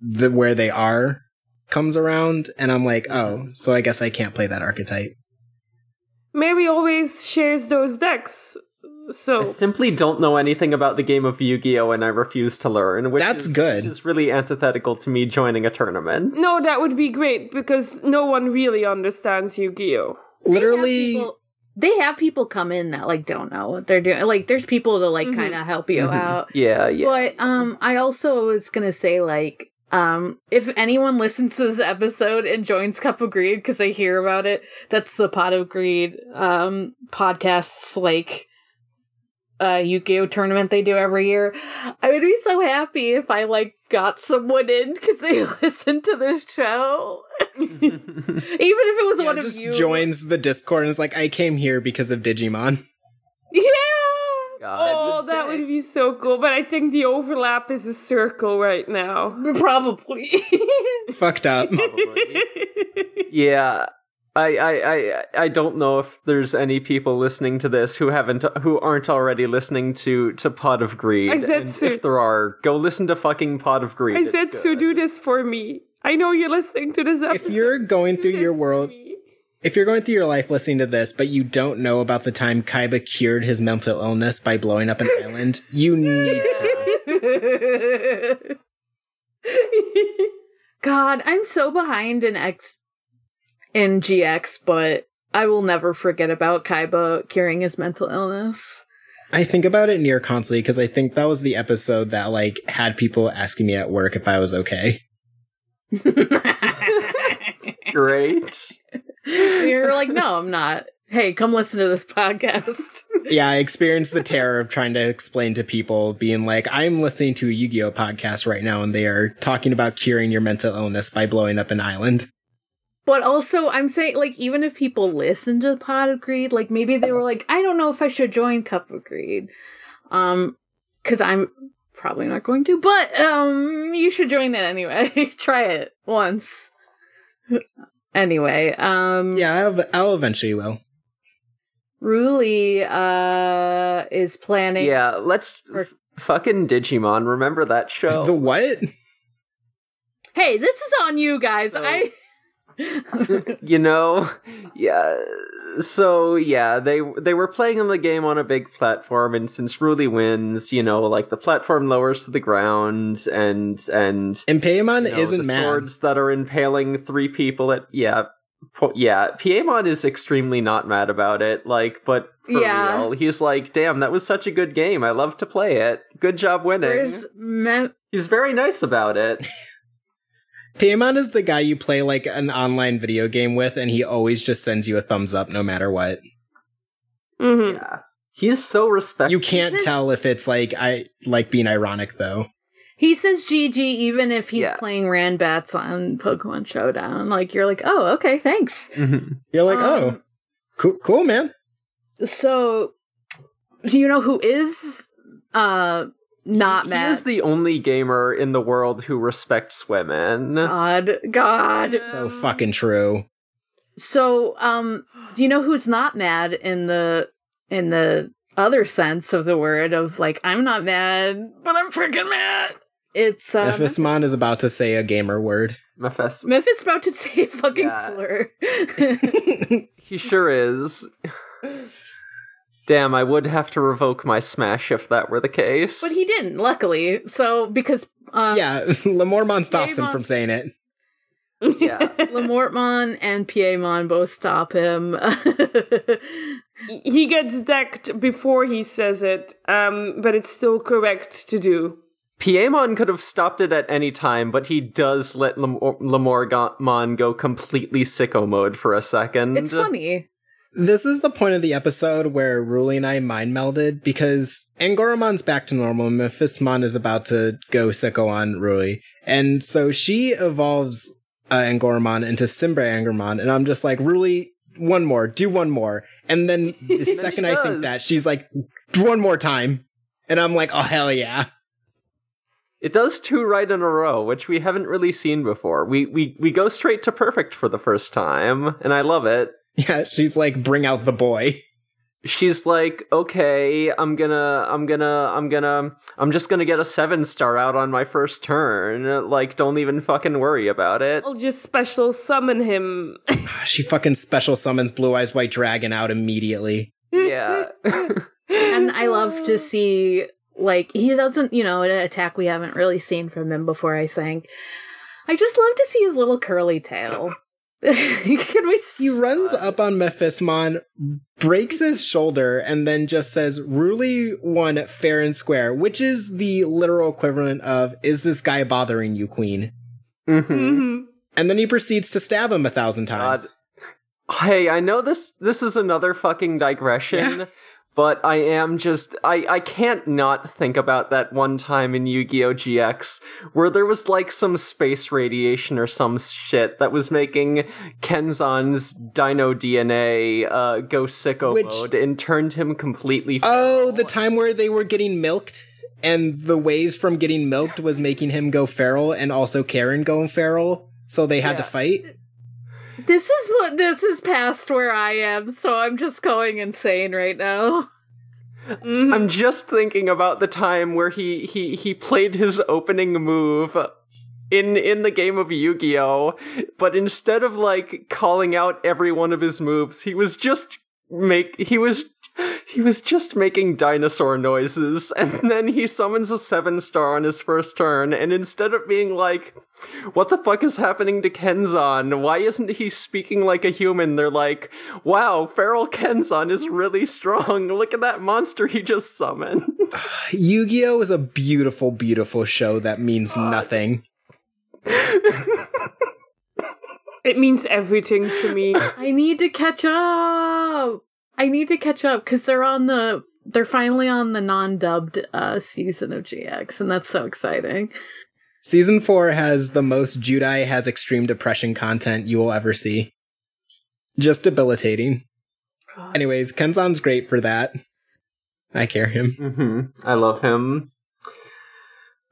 B: the where they are comes around and I'm like,
C: Mm-hmm.
B: "Oh, so I guess I can't play that archetype."
D: Mary always shares those decks. So
A: I simply don't know anything about the game of Yu-Gi-Oh, and I refuse to learn. Which
B: That's
A: is,
B: good.
A: Which is really antithetical to me joining a tournament.
D: no, that would be great because no one really understands Yu-Gi-Oh.
B: Literally
C: people- they have people come in that like don't know what they're doing. Like, there's people to
B: Mm-hmm.
C: like kind of help you out.
A: Yeah, yeah.
C: But um, I also was gonna say like um, if anyone listens to this episode and joins Cup of Greed because they hear about it, that's the Pot of Greed um podcasts like uh Yu-Gi-Oh tournament they do every year. I would be so happy if I like got someone in because they listen to this show. Even if it was
B: yeah,
C: one of
B: just
C: you.
B: joins the Discord and is like, "I came here because of Digimon."
C: Yeah.
A: God.
D: Oh,
C: be
D: that
C: sick.
D: would be so cool. But I think the overlap is a circle right now.
C: Probably.
B: Fucked up.
A: Probably. yeah. I, I, I, I don't know if there's any people listening to this who haven't who aren't already listening to to Pot of Greed.
D: I said
A: And
D: so.
A: if there are, go listen to fucking Pot of Greed.
D: I
A: It's
D: said, so
A: good.
D: do this for me. I know you're listening to this episode.
B: if you're going
D: Do
B: through
D: this
B: your
D: for
B: world,
D: me.
B: if you're going through your life listening to this, but you don't know about the time Kaiba cured his mental illness by blowing up an island, you need to.
C: God, I'm so behind in X in GX, but I will never forget about Kaiba curing his mental illness.
B: I think about it near constantly because I think that was the episode that like had people asking me at work if I was okay.
A: Great.
C: You're like, no, I'm not. Hey, come listen to this podcast.
B: Yeah, I experienced the terror of trying to explain to people being like, I'm listening to a Yu-Gi-Oh podcast right now and they are talking about curing your mental illness by blowing up an island.
C: But also, I'm saying, like, even if people listen to Pod of Greed, like, maybe they were like, I don't know if I should join Cup of Greed. Um, cause I'm probably not going to, but, um, you should join it anyway. Try it once. anyway, um,
B: Yeah, I'll, I'll eventually will.
C: Ruli, uh, is planning.
A: Yeah, let's
C: Or-
A: f- fucking Digimon. Remember that show?
B: The what?
C: Hey, this is on you guys.
A: So-
C: I.
A: you know yeah so yeah they they were playing on the game on a big platform and since Ruli wins you know like the platform lowers to the ground and and
B: And Paimon
A: you know,
B: isn't
A: the
B: mad.
A: swords that are impaling three people at yeah po- yeah Piemon is extremely not mad about it like but for
C: Yeah.
A: real he's like damn that was such a good game I love to play it good job winning
C: Where's Mem?
A: he's very nice about it
B: Paimon is the guy you play like an online video game with, and he always just sends you a thumbs up no matter what.
D: Mm-hmm.
A: yeah he's so respectful
B: You can't
C: This is-
B: tell if it's like I like being ironic though.
C: He says GG even if he's
A: Yeah.
C: playing Ranbats on Pokemon Showdown. Like you're like, oh, okay, thanks.
A: mm-hmm.
B: You're like, oh,
C: Um,
B: cool, cool, man.
C: So, do you know who is uh not
A: he,
C: mad?
A: He is the only gamer in the world who respects women.
C: God, God.
B: So fucking true.
C: So, um, do you know who's not mad in the in the other sense of the word of like I'm not mad, but I'm freaking mad. It's um, Memphis.
B: Mephismon is about to say a gamer word.
A: Mephes-
C: about to say a fucking
A: Yeah.
C: slur.
A: he sure is. Damn, I would have to revoke my smash if that were the case.
C: But he didn't, luckily. So because um,
B: yeah, Lamormon stops him
C: Paimon-
B: from saying it.
A: Yeah.
C: Lamortmon and Piemon both stop him.
D: he gets decked before he says it, um, but it's still correct to do.
A: Piemon could have stopped it at any time, but he does let Lam- Lamorgamon go completely sicko mode for a second.
C: it's funny.
B: This is the point of the episode where Ruli and I mind melded because Angoromon's back to normal. Mephismon is about to go sicko on Ruli. And so she evolves uh, Angoromon into Simbra Angoromon. And I'm just like, Ruli, one more, do one more. And then the second I
A: does.
B: think that, she's like, one more time. And I'm like, oh, hell yeah.
A: It does two right in a row, which we haven't really seen before. We we we go straight to perfect for the first time, and I love it.
B: Yeah, she's like, bring out the boy.
A: she's like okay i'm gonna i'm gonna i'm gonna i'm just gonna get a seven star out on my first turn like don't even fucking worry about it
C: Oh.
D: I'll just special summon him.
B: She fucking special summons Blue Eyes White Dragon out immediately.
A: yeah
C: And I love to see, like, he doesn't, you know, an attack we haven't really seen from him before, I think. I just love to see his little curly tail. Can we
B: He
C: see?
B: runs up on Mephismon, breaks his shoulder, and then just says, Ruli won fair and square, which is the literal equivalent of, Is this guy bothering you, queen?
A: Mhm.
D: Mhm.
B: And then he proceeds to stab him a thousand times.
A: God. hey i know this this is another fucking digression But I am just I I can't not think about that one time in Yu-Gi-Oh GX where there was like some space radiation or some shit that was making Kenzan's Dino DNA uh, go sicko
B: Which-
A: mode and turned him completely.
B: Oh,
A: feral.
B: the time where they were getting milked, and the waves from getting milked was making him go feral, and also Karen going feral, so they had to
A: Yeah.
B: fight.
C: This is what this is past where I am, so I'm just going insane right now.
D: Mhm.
A: I'm just thinking about the time where he he he played his opening move in in the game of Yu-Gi-Oh, but instead of like calling out every one of his moves, he was just make he was He was just making dinosaur noises, and then he summons a seven star on his first turn, and instead of being like, what the fuck is happening to Kenzan? Why isn't he speaking like a human? They're like, wow, feral Kenzan is really strong. Look at that monster he just summoned.
B: Yu Gi Oh! is a beautiful, beautiful show that means nothing.
D: It means everything to me.
C: I need to catch up. I need to catch up because they're on the they're finally on the non-dubbed uh, season of GX, and that's so exciting.
B: Season 4 has the most Judai has extreme depression content you will ever see. Just debilitating.
C: God.
B: Anyways, Kenzan's great for that. I care him.
A: hmm I love him.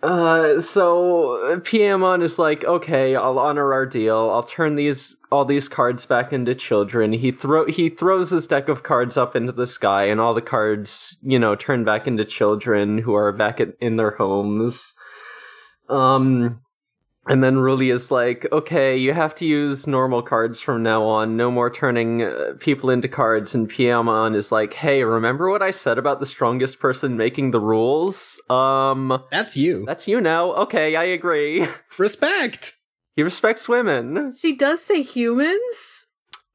A: Uh, so uh, Piemon is like, okay, I'll honor our deal. I'll turn these all these cards back into children. He throw he throws his deck of cards up into the sky, and all the cards, you know, turn back into children who are back at, in their homes. Um, and then Ruli is like, okay, you have to use normal cards from now on. No more turning uh, people into cards. And Piemon is like, hey, remember what I said about the strongest person making the rules? Um,
B: That's you.
A: that's you now. Okay, I agree.
B: Respect!
A: he respects women.
C: She does say humans.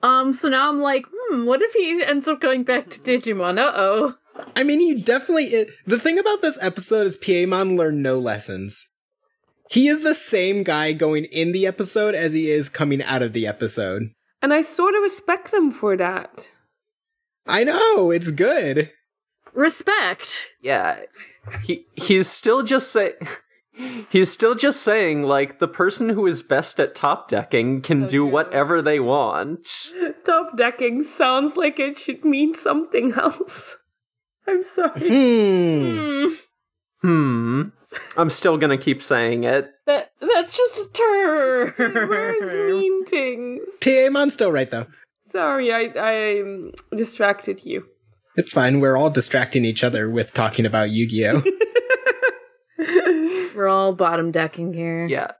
C: Um, so now I'm like, hmm, what if he ends up going back to Digimon? Uh oh.
B: I mean, you definitely. It, the thing about this episode is Piemon learned no lessons. He is the same guy going in the episode as he is coming out of the episode.
D: And I sort of respect them for that.
B: I know, it's good.
C: Respect.
A: Yeah. He he's still just say he's still just saying like the person who is best at top decking can do whatever they want.
D: Top decking sounds like it should mean something else. I'm sorry.
B: Hmm.
C: Hmm.
A: Hmm. I'm still gonna keep saying it.
C: That that's just a
D: Where's
C: term.
D: mean things?
B: Piemon's still right, though.
D: Sorry, I, I um, distracted you.
B: It's fine. We're all distracting each other with talking about Yu Gi Oh!
C: We're all bottom decking here.
A: Yeah.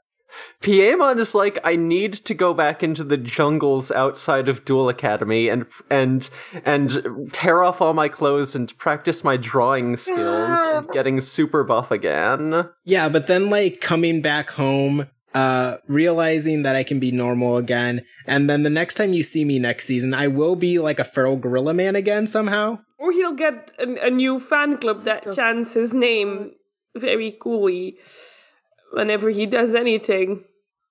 A: Piemon is like, I need to go back into the jungles outside of Duel Academy and and and tear off all my clothes and practice my drawing skills and getting super buff again.
B: yeah, but then, like, coming back home, uh, realizing that I can be normal again, and then the next time you see me next season, I will be like a feral gorilla man again somehow.
D: Or he'll get a, a new fan club that chants his name very coolly whenever he does anything.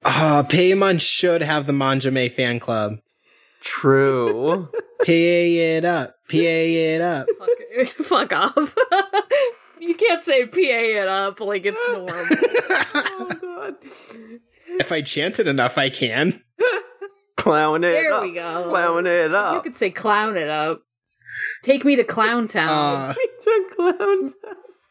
B: Ah, Paimon should have the Manjame fan club.
A: True.
B: Pay it up. Pay it up.
C: Fuck off. you can't say PA it up like it's normal.
D: Oh, God.
B: if I chant it enough, I can.
A: Clown it
C: There
A: up.
C: we go.
A: Clown it
C: you
A: up.
C: could say clown it up. Take me to Clown Town.
B: Uh,
D: It's a clown.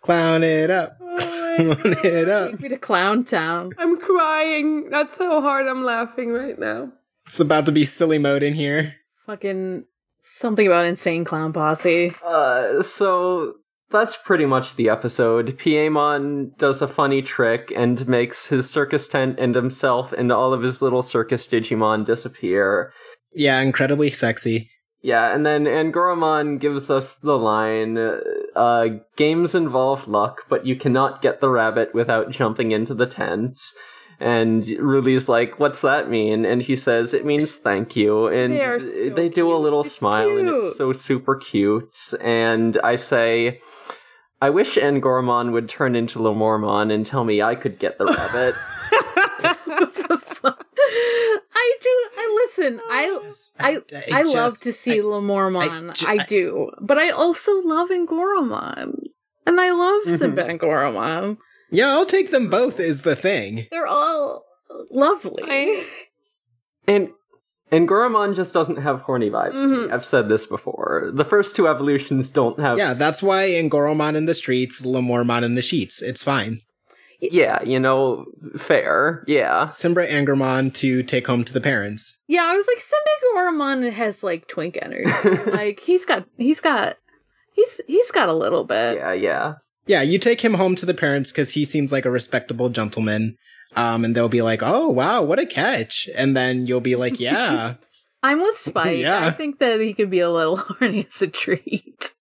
B: clown it up.
D: Oh, my-
B: Clown it up.
C: Take me to Clown Town.
D: I'm crying. That's how hard I'm laughing right now.
B: It's about to be silly mode in here.
C: Fucking something about insane clown posse.
A: Uh, so that's pretty much the episode. Piemon does a funny trick and makes his circus tent and himself and all of his little circus Digimon disappear.
B: Yeah, incredibly sexy.
A: Yeah, and then Angoramon gives us the line uh, games involve luck, but you cannot get the rabbit without jumping into the tent. And Ruli's like, What's that mean? And he says, It means thank you. And
D: They are
A: they,
D: so
A: do a little
C: It's
A: smile, and
C: cute.
A: it's so super cute. And I say, I wish Angoramon would turn into Lamormon and tell me I could get the rabbit.
C: I do. I listen. I I I, love
B: just-
C: to see
B: I-
C: Lamormon. I
B: I ju- I-
C: do, but I also love Angoromon, and I love
A: Mhm.
C: Simba and Goromon.
B: yeah, I'll take them both. Is the thing.
C: They're all lovely.
D: I-
A: And and Goramon just doesn't have horny vibes to me.
D: Mm-hmm.
A: I've said this before. The first two evolutions don't have
B: Yeah, that's why Angoromon in the streets, Lamormon in the sheets. It's fine.
A: Yeah, you know, fair. Yeah.
B: Simbra Angermon to take home to the parents.
C: Yeah, I was like Simba Goromon has like twink energy. like he's got he's got he's he's got a little bit.
A: Yeah, yeah.
B: Yeah, you take him home to the parents because he seems like a respectable gentleman. Um, and they'll be like, "Oh wow, what a catch!" And then you'll be like, "Yeah,
C: I'm with Spike.
B: Yeah.
C: I think that he could be a little horny as a treat.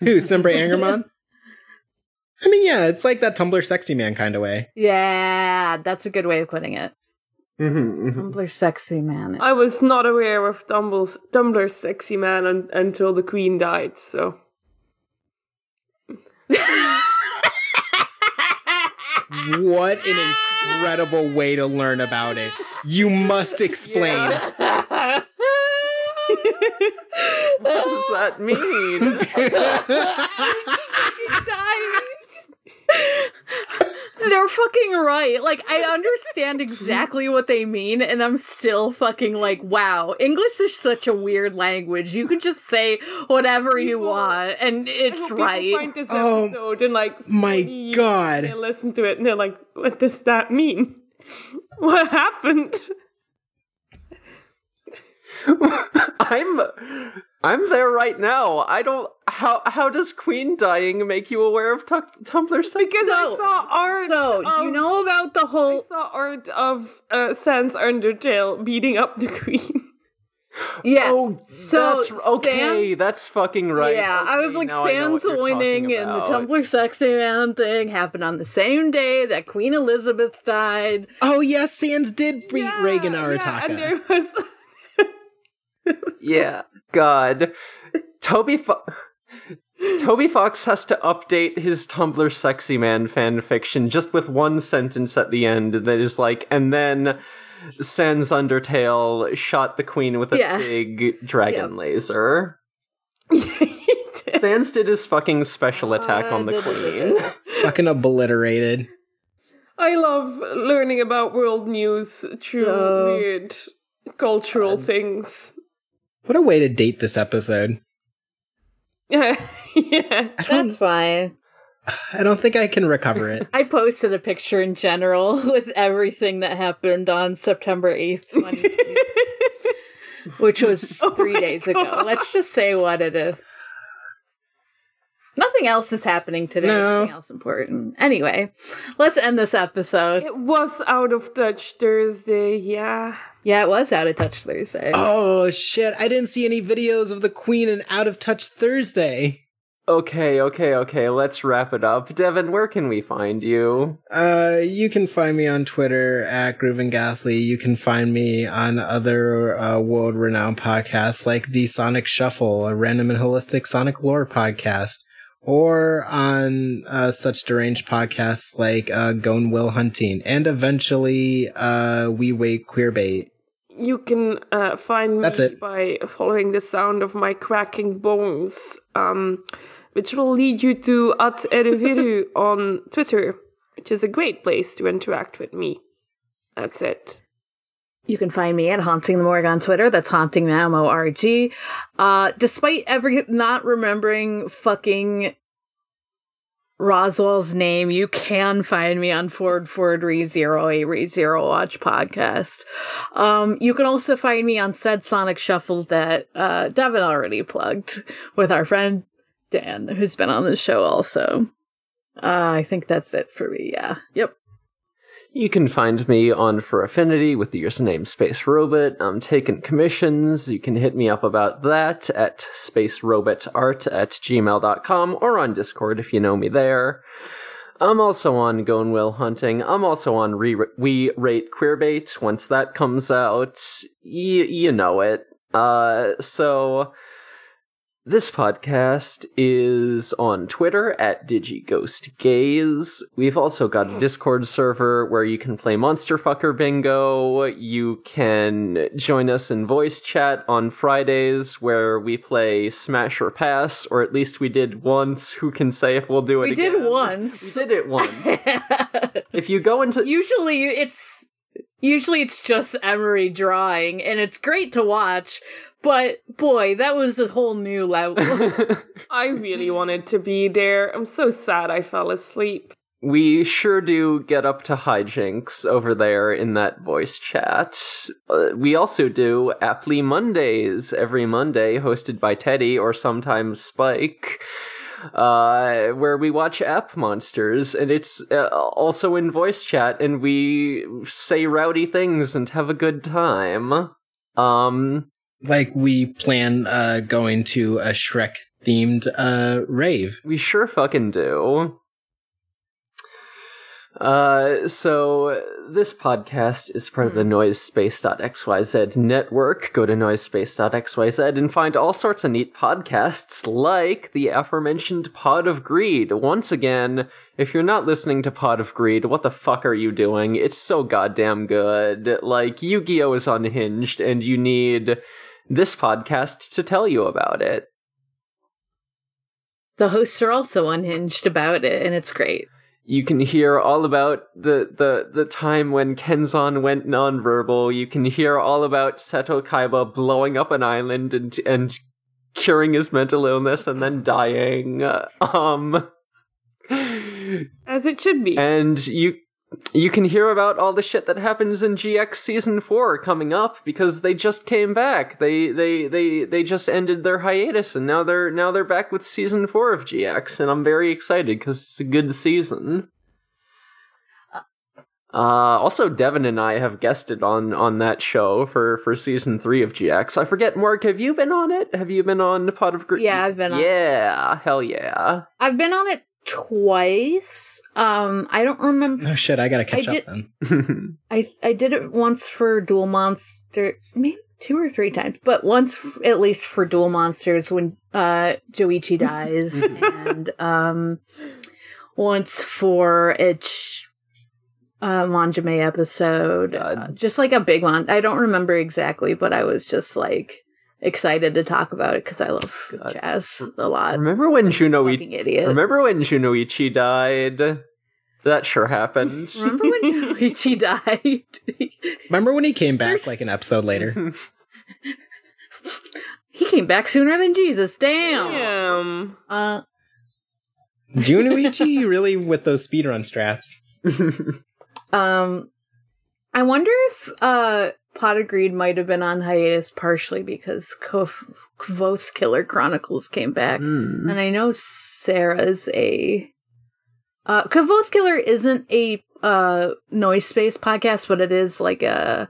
B: Who, Simbre Angermon? I mean, yeah, it's like that Tumblr sexy man kind of way.
C: Yeah, that's a good way of putting it. Mm-hmm, Tumblr sexy man.
D: I was not aware of Tumble's, Tumblr's sexy man un- until the queen died, so.
B: What an incredible way to learn about it. You must explain.
A: What does that mean?
C: They're fucking right. Like I understand exactly what they mean, and I'm still fucking like, wow. English is such a weird language. You could just say whatever you
D: People-
C: want, and
D: I hope
C: it's
D: people
C: right.
D: Find this
B: Oh,
D: episode and like
B: my
D: 40 years
B: God.
D: They listen to it and they're like, "What does that mean? What happened?"
A: I'm I'm there right now. I don't how how does Queen dying make you aware of tuck Tumblr sex?
D: Because I
C: So-
D: saw art.
C: So,
D: of,
C: do you know about the
D: um, I
C: whole?
D: saw art of uh, Sans Undertale beating up the queen.
C: Yeah.
A: Oh,
C: so
A: that's okay. that's fucking right.
C: Yeah, I was
A: Okay,
C: like,
A: now I know
C: Sans
A: what you're talking
C: winning and the
A: about.
C: Tumblr sexy man thing happened on the same day that Queen Elizabeth died.
B: Oh, yeah, Sans did beat
D: Yeah,
B: Reagan
D: yeah,
B: Arataka.
D: and there was
A: Yeah, God, Toby. Fo- Toby Fox has to update his Tumblr sexy man fanfiction just with one sentence at the end that is like, and then Sans Undertale shot the queen with a
C: Yeah.
A: big dragon
C: Yep.
A: laser.
D: He did.
A: Sans did his fucking special attack on
C: Uh,
A: the queen.
B: Fucking obliterated.
D: I love learning about world news through
C: So-
D: weird cultural
B: um,
D: things.
B: What a way to date this episode.
D: yeah.
B: I don't,
C: That's fine.
B: I don't think I can recover it.
C: I posted a picture in general with everything that happened on September 8th, 2020, which was three days ago. Let's just say what it is. Nothing else is happening today.
B: No.
C: Nothing else important. Anyway, let's end this episode.
D: It was out of touch Thursday, yeah.
C: Yeah, it was out of touch Thursday.
B: Oh, shit. I didn't see any videos of the Queen and Out of Touch Thursday.
A: Okay, okay, okay. Let's wrap it up. Devin, where can we find you?
B: Uh, you can find me on Twitter at Groovin Ghastly. You can find me on other uh, world renowned podcasts like The Sonic Shuffle, a random and holistic Sonic lore podcast, or on uh, such deranged podcasts like uh, Gone Will Hunting, and eventually uh, We Wait Queer Bait.
D: You can uh, find me
B: That's it.
D: by following the sound of my cracking bones, um, which will lead you to at Ereviru on Twitter, which is a great place to interact with me. That's it.
C: You can find me at Haunting the Morgue on Twitter. That's Haunting Them, O R G. Uh, despite every not remembering fucking Roswell's name, you can find me on Ford Ford Re Zero, a Re Zero Watch podcast. Um, you can also find me on said Sonic Shuffle that uh, Devin already plugged with our friend Dan, who's been on the show also. Uh, I think that's it for me. Yeah. Yep.
A: You can find me on For Affinity with the username Space Robot. I'm taking commissions. You can hit me up about that at spacerobotart at gmail.com or on Discord if you know me there. I'm also on Gone Will Hunting. I'm also on Re- We Rate Queerbait. Once that comes out, y- you know it. Uh, so this podcast is on Twitter at DigiGhostGaze. We've also got a Discord server where you can play Monster Fucker Bingo. You can join us in voice chat on Fridays where we play Smash or Pass, or at least we did once. Who can say if we'll do it
C: We
A: again?
C: did
A: We
C: once.
A: did it once. if you go into
C: usually it's usually it's just Emery drawing and it's great to watch but boy that was a whole new level
D: I really wanted to be there. I'm so sad I fell asleep.
A: we sure do get up to hijinks over there in that voice chat. Uh, we also do Aptly Mondays every Monday, hosted by Teddy or sometimes Spike, uh, where we watch app monsters, and it's uh, also in voice chat, and we say rowdy things and have a good time. Um,
B: Like, we plan uh, going to a Shrek themed uh, rave.
A: We sure fucking do. Uh, so this podcast is part of the noisespace.xyz network. Go to noisespace.xyz and find all sorts of neat podcasts like the aforementioned Pod of Greed. Once again, if you're not listening to Pod of Greed, what the fuck are you doing? It's so goddamn good. Like, Yu-Gi-Oh! is unhinged and you need this podcast to tell you about it.
C: The hosts are also unhinged about it, and it's great.
A: You can hear all about the, the, the time when Kenzan went nonverbal. You can hear all about Seto Kaiba blowing up an island and and curing his mental illness and then dying. Uh, Um,
D: As it should be.
A: and you you can hear about all the shit that happens in GX season four coming up because they just came back. They they they they just ended their hiatus and now they're now they're back with season four of GX, and I'm very excited because it's a good season. Uh, also, Devin and I have guested on on that show for for season three of GX. I forget, Mark, have you been on it? Have you been on Pot of Green?
C: Yeah, I've been on it.
A: Yeah, hell yeah.
C: I've been on it twice. Um, I don't remember.
B: Oh shit, I gotta catch up
C: I did-
B: then.
C: I I did it once for Dual Monster, maybe two or three times, but once f- at least for Dual Monsters when uh, Joichi dies, and um, once for itch. Uh, Manjime episode, uh,
A: God.
C: just like a big one. I don't remember exactly, but I was just like excited to talk about it because I love
A: God.
C: jazz a lot.
A: Remember when Junoichi
C: Fucking idiot.
A: Remember when Junoichi died? That sure happened.
C: Remember when Joichi died?
B: Remember when he came back like an episode later?
C: he came back sooner than Jesus. Damn.
D: Damn.
C: Uh,
B: Junuichi really with those speedrun strats. Mm.
C: um, I wonder if uh, Pot of Greed might have been on hiatus partially because Kof- Kvoth Killer Chronicles came back,
A: Hmm.
C: and I know Sarah's a. Uh, Kvoth Killer isn't a uh noise space podcast, but it is like a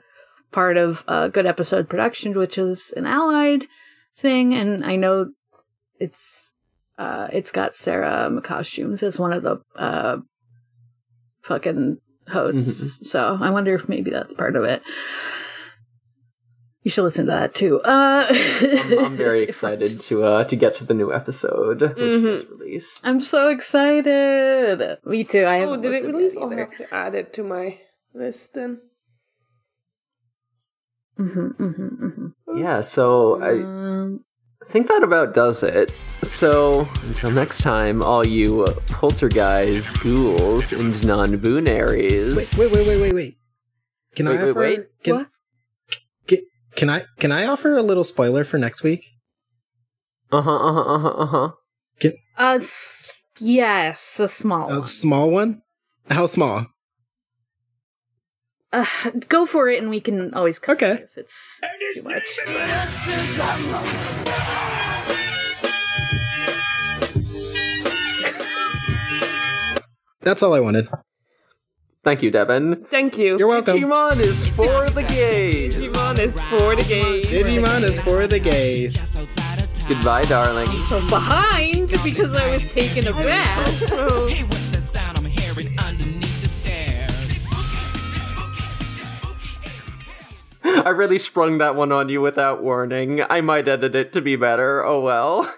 C: part of uh, Good Episode Production, which is an allied thing, and I know it's uh, it's got Sarah McCostumes as one of the uh, fucking hosts.
A: Mm-hmm.
C: So I wonder if maybe that's part of it. You should listen to that too. Uh,
A: I'm, I'm very excited to uh, to get to the new episode which
B: Mm-hmm.
A: just released.
C: I'm so excited. Me too. I haven't
D: Oh, did it
C: listened
D: release?
C: yet
D: I'll
C: either.
D: have to add it to my list then.
C: Mhm, mhm, mhm.
A: Yeah, so I
C: Um,
A: think that about does it. So until next time, all you poltergeists, ghouls, and non-boonaries.
B: Wait, wait, wait, wait, wait, wait. Can
A: Wait,
B: I
A: wait,
B: offer?
A: wait.
B: Can,
C: What?
B: ca- can I can I offer a little spoiler for next week?
A: Uh huh. Uh huh. Uh huh. Uh-huh.
C: uh, s- yes, a small.
B: A
C: one.
B: small one? How small?
C: Uh, go for it, and we can always cut
B: Okay.
C: it if it's too much.
B: That's all I wanted.
A: Thank you, Devin.
D: Thank you.
B: You're welcome.
A: Digimon is for the gays.
D: Digimon is for the game.
B: Digimon is for the gays.
A: Goodbye, darling.
C: So behind because I was taken aback.
E: Hey, what's that sound I'm hearing underneath the stairs? It's spooky, it's spooky, it's spooky, it's spooky.
A: I really sprung that one on you without warning. I might edit it to be better. Oh well.